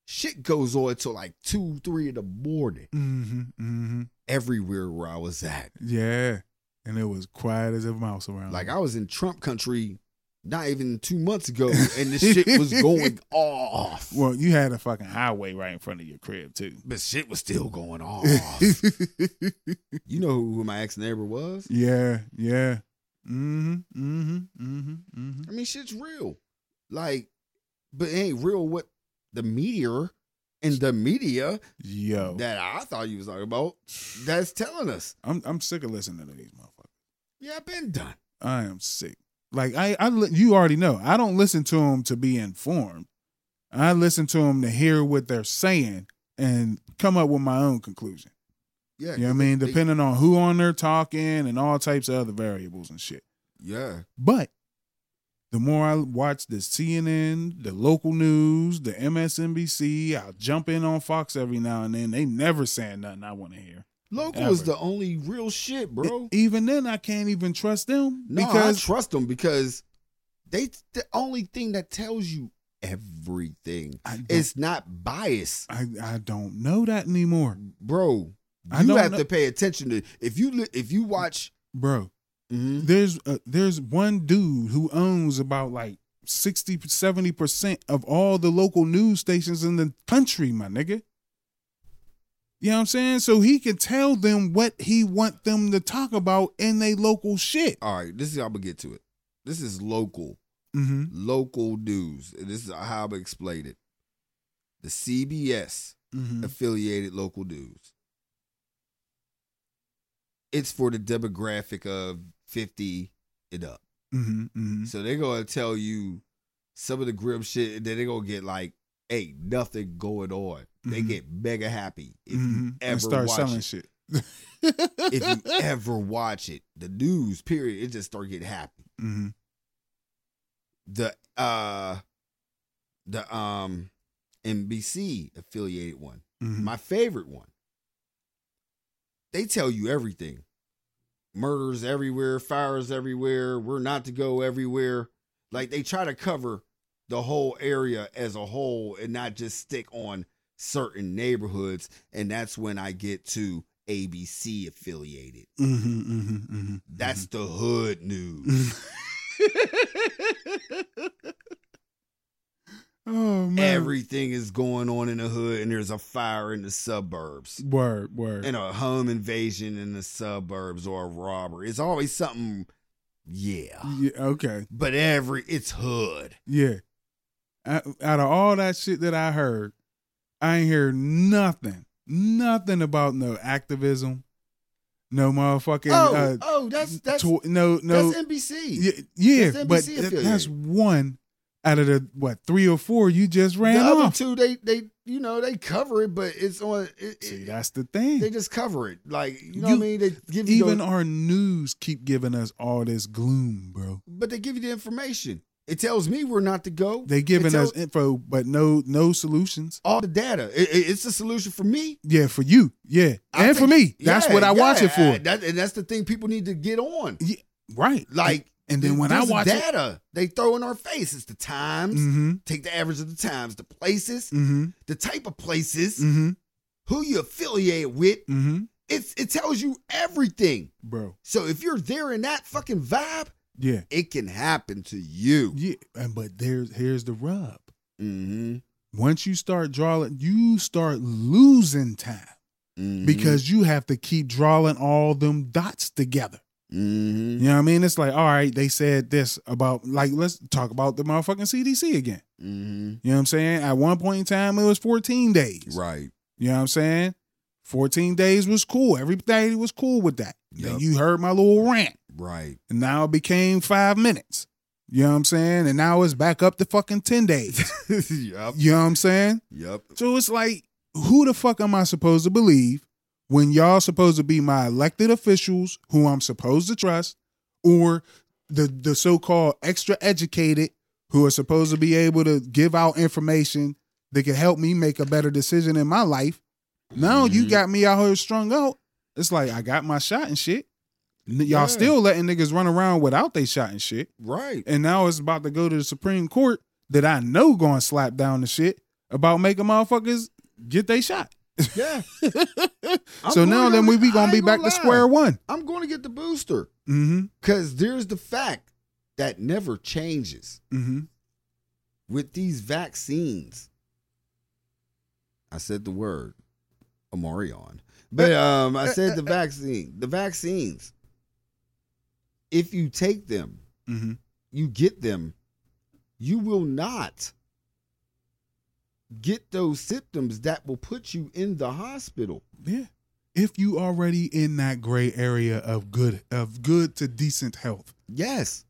B: shit goes on till like two, three in the morning
A: Mm-hmm. Mm-hmm.
B: everywhere where I was at.
A: Yeah. And it was quiet as a mouse around.
B: Like I was in Trump country not even two months ago, and this shit was going off.
A: well, you had a fucking highway right in front of your crib too.
B: but shit was still going off. you know who my ex neighbor was?
A: yeah. Yeah. Mm-hmm. Mm-hmm. Mm-hmm. Mm-hmm.
B: I mean, shit's real. Like, but it ain't real what the meteor in the media
A: Yo,
B: that I thought you was talking about that's telling us.
A: I'm I'm sick of listening to these motherfuckers.
B: Yeah, I've been done.
A: I am sick. Like I, I li- you already know. I don't listen to them to be informed. I listen to them to hear what they're saying and come up with my own conclusion.
B: Yeah.
A: You know what I mean?
B: they-
A: Depending on who on there talking and all types of other variables and shit.
B: Yeah.
A: But the more I watch the CNN, the local news, the MSNBC, I'll jump in on Fox every now and then. They never saying nothing I want to hear.
B: Local is
A: Ever.
B: the only real shit, bro.
A: E- Even then, I can't even trust them
B: No,
A: because
B: I trust them because they the only thing that tells you everything.
A: I don't,
B: It's not biased,
A: I, I don't know that anymore,
B: bro.
A: I
B: You
A: don't
B: have
A: know-
B: to pay attention to if you li- if you watch.
A: bro.
B: Mhm.
A: There's uh there's one dude who owns about like 60 70 percent of all the local news stations in the country, my nigga. You know what I'm saying? So he can tell them what he want them to talk about in their local shit.
B: All right, this is how I'm gonna get to it. This is local,
A: Mm-hmm.
B: local news. This is how I'm gonna explain it. The CBS
A: Mm-hmm.
B: affiliated local news. It's for the demographic of 50 and up.
A: Mm-hmm. Mm-hmm.
B: So they're gonna tell you some of the grim shit, and then they're gonna get like, "Hey, nothing going on." They
A: Mhm.
B: get mega happy if
A: hmm
B: you ever
A: and start
B: watch
A: selling
B: it.
A: shit.
B: if you ever watch it, the news period, it just start getting happy.
A: hmm
B: The uh, the um, NBC affiliated one,
A: hmm
B: my favorite one. They tell you everything. Murders everywhere, fires everywhere, we're not to go everywhere. Like they try to cover the whole area as a whole and not just stick on certain neighborhoods. And that's when I get to ABC affiliated.
A: hmm hmm hmm
B: That's the hood news.
A: Mm-hmm. oh man.
B: Everything is going on in the hood, and there's a fire in the suburbs.
A: word, word.
B: and a home invasion in the suburbs or a robbery. It's always something, yeah.
A: yeah, okay.
B: But every it's hood.
A: Yeah. Out out of all that shit that I heard, I ain't hear nothing, nothing about no activism, no motherfucking. uh,
B: oh, that's
A: tw- no, no.
B: NBC.
A: yeah, yeah
B: that's
A: but
B: NBC
A: th-
B: affiliated.
A: that's one out of the what three or four you just ran
B: the other
A: off.
B: two, they they you know they cover it, but it's on. It,
A: See,
B: it-
A: that's the thing.
B: they just cover it, like you know
A: You-
B: what I mean. They give you
A: Even
B: the,
A: our news keep giving us all this gloom, bro.
B: but they give you the information. It tells me where not to go.
A: They giving
B: It tells-
A: us info, but no no solutions.
B: all the data. It- it- it's a solution for me.
A: Yeah, for you. Yeah,
B: I
A: and for me.
B: think-
A: That's
B: yeah,
A: what I watch
B: yeah,
A: it for.
B: That, and that's the thing people need to get on.
A: right.
B: Like
A: And then when I
B: There's
A: watch it,
B: data they throw in our face, it's the times.
A: mm-hmm,
B: Take the average of the times, the places,
A: mm-hmm,
B: the type of places,
A: mm-hmm,
B: who you affiliate with.
A: mm-hmm,
B: It's it tells you everything.
A: bro.
B: So if you're there in that fucking vibe,
A: Yeah,
B: it can happen to you.
A: yeah. And but there's here's the rub.
B: Mm-hmm.
A: Once you start drawing, you start losing time
B: Mm-hmm.
A: because you have to keep drawing all them dots together.
B: mm-hmm.
A: You know what I mean? It's like, all right, they said this about like let's talk about the motherfucking CDC again.
B: Mm-hmm.
A: You know what I'm saying? At one point in time, it was 14 days.
B: right.
A: You know what I'm saying? 14 days was cool. Everybody was cool with that.
B: Yup.
A: Then you heard my little rant.
B: Right.
A: And now it became five minutes. You know what I'm saying? And now it's back up to fucking 10 days.
B: yep.
A: you know what I'm saying?
B: Yep.
A: So it's like, who the fuck am I supposed to believe when y'all supposed to be my elected officials who I'm supposed to trust or the, the so called extra educated who are supposed to be able to give out information that can help me make a better decision in my life? Now you
B: Mhm.
A: got me out here strung out. It's like, I got my shot and shit. N- Y'all
B: Yeah.
A: still letting niggas run around without they shot and shit
B: Right.
A: and now it's about to go to the Supreme Court that I know going to slap down the shit about making motherfuckers get they shot.
B: Yeah. I'm
A: so now
B: going
A: then
B: on
A: we
B: the-
A: we
B: I
A: gonna be
B: ain't
A: back to
B: lie.
A: square one.
B: I'm going to get the booster
A: Mm-hmm.
B: because there's the fact that never changes.
A: Mm-hmm.
B: with these vaccines. I said the word Amarion. But um I said the vaccine. The vaccines. If you take them,
A: Mm-hmm.
B: you get them, you will not get those symptoms that will put you in the hospital.
A: Yeah. If you already in that gray area of good of good to decent health.
B: Yes.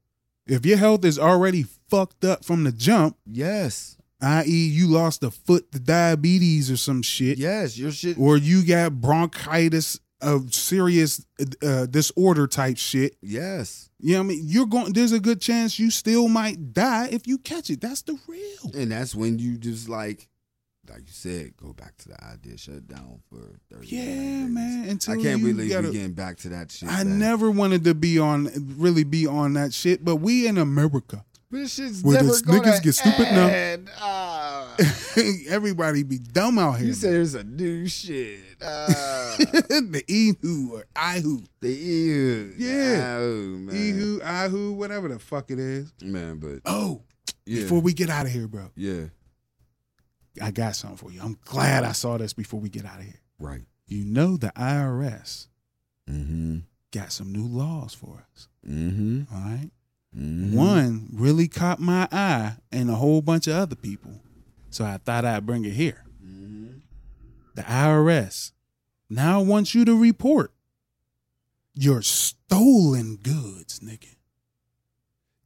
A: If your health is already fucked up from the jump,
B: Yes.
A: i.e. you lost a foot to diabetes or some shit,
B: Yes. Your shit.
A: or you got bronchitis of serious uh, disorder type shit,
B: Yes.
A: you know what I mean? You're going there's a good chance you still might die if you catch it. That's the real.
B: And that's when you just like, like you said, go back to the idea, shut down for 30
A: Yeah,
B: days.
A: man. Until
B: I can't
A: you
B: believe
A: gotta-
B: we're getting back to that shit.
A: I
B: man.
A: never wanted to be on, really be on that shit. But we in America,
B: But this shit's
A: Where
B: never
A: this niggas
B: gonna
A: get stupid now.
B: end. Ah.
A: everybody be dumb out here.
B: you said there's a new shit. Ah.
A: the e who or I who,
B: the EU.
A: Yeah.
B: Oh, man.
A: e who, I who, whatever the fuck it is.
B: Man, but
A: Oh,
B: yeah.
A: before we get out of here, bro,
B: yeah.
A: I got something for you. I'm glad I saw this before we get out of here.
B: Right.
A: You know the IRS
B: Mm-hmm.
A: got some new laws for us.
B: Mm-hmm.
A: All right?
B: mm-hmm.
A: One really caught my eye and a whole bunch of other people, so I thought I'd bring it here.
B: Mm-hmm.
A: the IRS now wants you to report your stolen goods, nigga.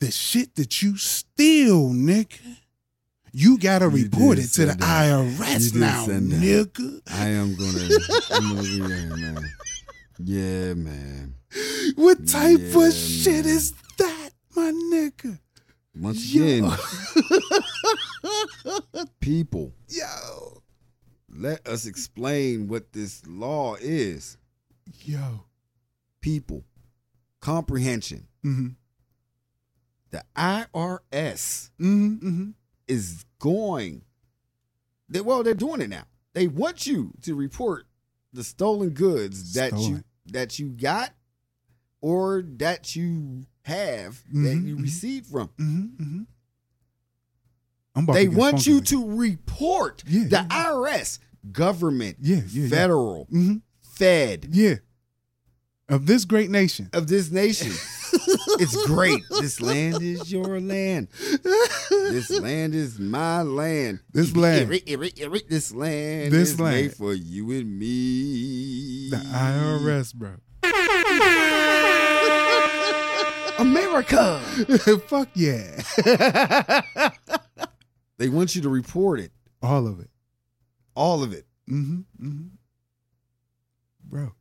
A: The shit that you steal, nigga. You gotta
B: You
A: report
B: did
A: it to the
B: send that. You
A: IRS
B: did
A: now,
B: send that.
A: nigga.
B: I am gonna. I'm gonna be there, man. Yeah, man.
A: What type
B: Yeah,
A: of shit
B: man.
A: is that, my nigga?
B: Once
A: Yo.
B: again, people,
A: Yo.
B: let us explain what this law is.
A: Yo.
B: People, comprehension.
A: Mm-hmm.
B: The IRS
A: Mm-hmm. mm-hmm.
B: is going. They, well, they're doing it now. They want you to report the stolen goods that you
A: Stolen.
B: that you got or that you have that
A: Mhm,
B: you
A: mhm.
B: received from.
A: Mm-hmm. Mm-hmm. I'm about
B: They
A: to get
B: want
A: funky
B: you
A: with it.
B: to report
A: Yeah,
B: the
A: yeah, yeah.
B: IRS, government,
A: Yeah, yeah, yeah.
B: federal,
A: Mm-hmm.
B: Fed
A: Yeah. Of this great nation.
B: of this nation. it's great. This land is your land. This land is my land.
A: This land.
B: Iri- iri- iri- This land
A: This
B: is
A: land.
B: made for you and me.
A: The IRS, bro.
B: America.
A: Fuck yeah.
B: They want you to report it.
A: All of it.
B: All of it.
A: Mm-hmm. Mm-hmm. Bro,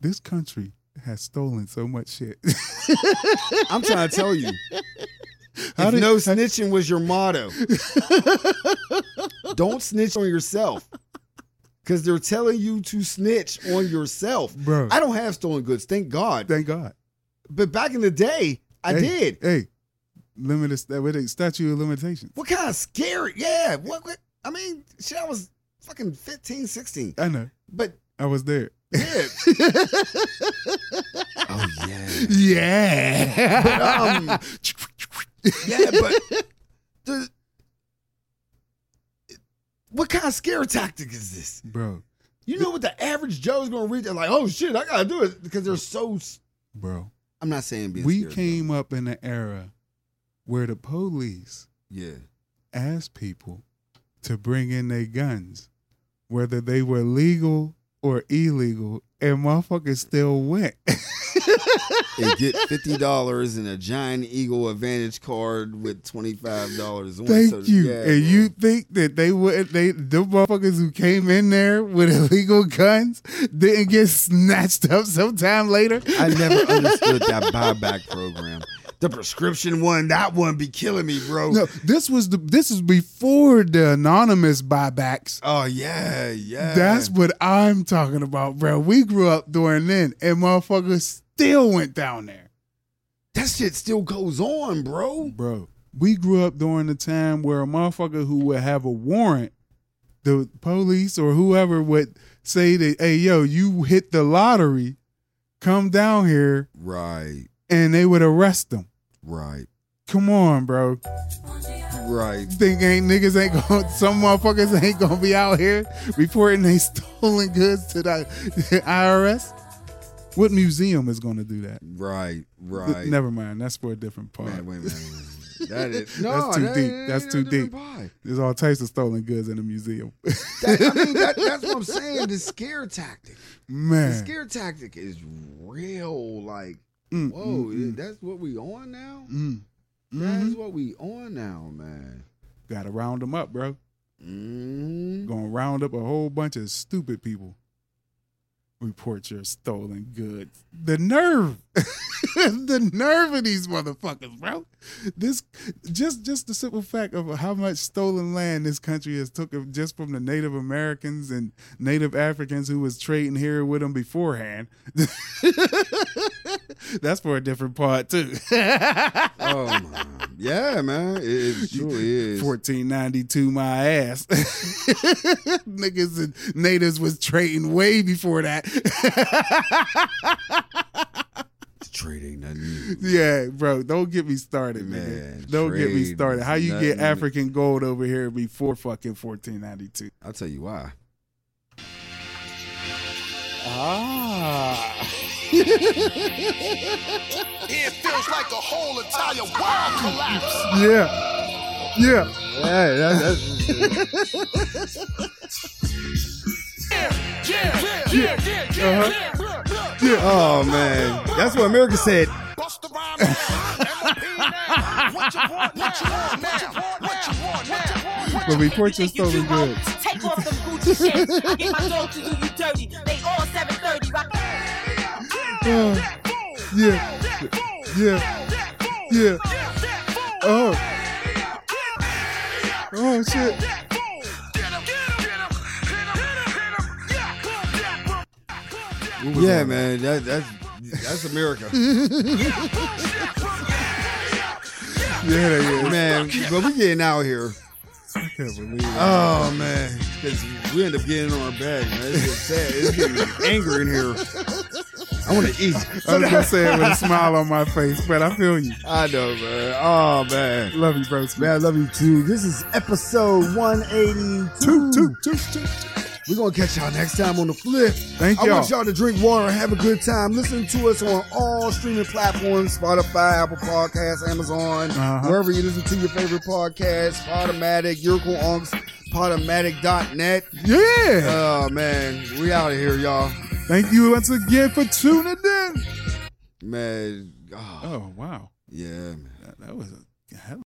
A: this country has stolen so much shit.
B: I'm trying to tell you.
A: How
B: if
A: did-
B: no snitching was your motto, don't snitch on yourself. Because they're telling you to snitch on yourself.
A: bro.
B: I don't have stolen goods, thank God.
A: thank God.
B: But back in the day, I
A: Hey,
B: did.
A: Hey, limited st- with a statute of limitations.
B: What kind of scary? Yeah. What, what? I mean, shit, I was fucking 15, 16.
A: I know.
B: But
A: I was there.
B: yeah. oh, yeah.
A: Yeah.
B: But, um, yeah, but the, what kind of scare tactic is this?
A: bro,
B: You know what the average Joe's gonna read? They're like, oh shit, I gotta do it because they're so. s-
A: bro.
B: I'm not saying being
A: We
B: scared,
A: came up in an era where the police
B: though. Yeah,
A: asked people to bring in their guns, whether they were legal or illegal, and motherfuckers still went.
B: and get fifty dollars and a giant eagle advantage card with twenty five dollars on. it.
A: Thank
B: So,
A: you.
B: yeah,
A: and you think that they wouldn't they the motherfuckers who came in there with illegal guns didn't get snatched up sometime later?
B: I never understood that buyback program. The prescription one, that one be killing me, bro.
A: No, this was the this is before the anonymous buybacks.
B: Oh yeah, yeah.
A: That's what I'm talking about, bro. We grew up during then, and motherfuckers still went down there.
B: that shit still goes on, bro.
A: Bro, we grew up during the time where a motherfucker who would have a warrant, the police or whoever would say that, hey, yo, you hit the lottery, come down here,
B: Right,
A: and they would arrest them.
B: right,
A: Come on, bro.
B: right.
A: You think ain't niggas ain't going some motherfuckers ain't gonna be out here reporting they stolen goods to the IRS? What museum is gonna do that?
B: Right, right.
A: Never mind. That's for a different part.
B: Man, wait, a minute, wait, a minute. That is no,
A: That's too
B: that-
A: deep.
B: that
A: That's
B: ain't
A: too
B: no different
A: deep.
B: pie.
A: There's all types of stolen goods in the museum.
B: That- I mean, that, that's what I'm saying. The scare tactic. The
A: Man.
B: scare tactic is real. Like,
A: Mm,
B: whoa,
A: mm, mm,
B: that's what we on now.
A: mm.
B: That's
A: Mhm.
B: what we on now, man.
A: Gotta round them up, bro.
B: Mm.
A: Gonna round up a whole bunch of stupid people. Report your stolen goods. The nerve. the nerve of these motherfuckers, bro. This just just the simple fact of how much stolen land this country has took of- just from the Native Americans and Native Africans who was trading here with them beforehand. That's for a different part too.
B: Oh my, yeah, man. It, it truly is.
A: 1492 my ass. Niggas and natives was trading way before that.
B: trading nothing.
A: yeah, bro, don't get me started,
B: Man,
A: nigga. Don't get me
B: trade
A: started. How you get
B: nothing.
A: African gold over here before fucking 1492?
B: I'll tell you why.
A: Ah.
E: It feels like the whole entire world collapsed.
A: Yeah. Yeah.
B: Yeah, that's,
E: Yeah, yeah, yeah, yeah, yeah.
B: oh man, that's what America said.
E: Bust the rhyme now. M.O.P. now. What you want now? What you want now? What you want now?
A: But report your
F: think you
A: stolen
F: cute, hoe?
A: goods.
F: Take off them Gucci shit. I get my dog to do you dirty. They all 730. Rock-
A: Uh, yeah. Yeah. Yeah. Oh. Oh shit. What was all
B: Yeah,
A: that?
B: man, that, that's that's America,
A: Yeah, yeah.
B: man. But we getting out here.
A: I can't believe it.
B: Oh man, because we end up getting on our bag, man. It's just sad. It's getting anger in here. I want to eat.
A: I was gonna say it with a smile on my face, but I feel you.
B: I know, man. Oh man,
A: Love you, bro. Smith.
B: man, I love you too. This is episode one eighty
A: Toot, toot, toot, toot.
B: We're gonna catch y'all next time on the flip.
A: Thank
B: I
A: y'all.
B: want y'all to drink water and have a good time. Listen to us on all streaming platforms: Spotify, Apple Podcasts, Amazon,
A: Uh-huh.
B: wherever you listen to your favorite podcast. Podomatic, Yurko Unks, Podomatic.net.
A: Yeah.
B: Oh man, we out of here, y'all.
A: Thank you once again for tuning in.
B: Man, ah,
A: Oh wow,
B: yeah, man.
A: that, that was a hell.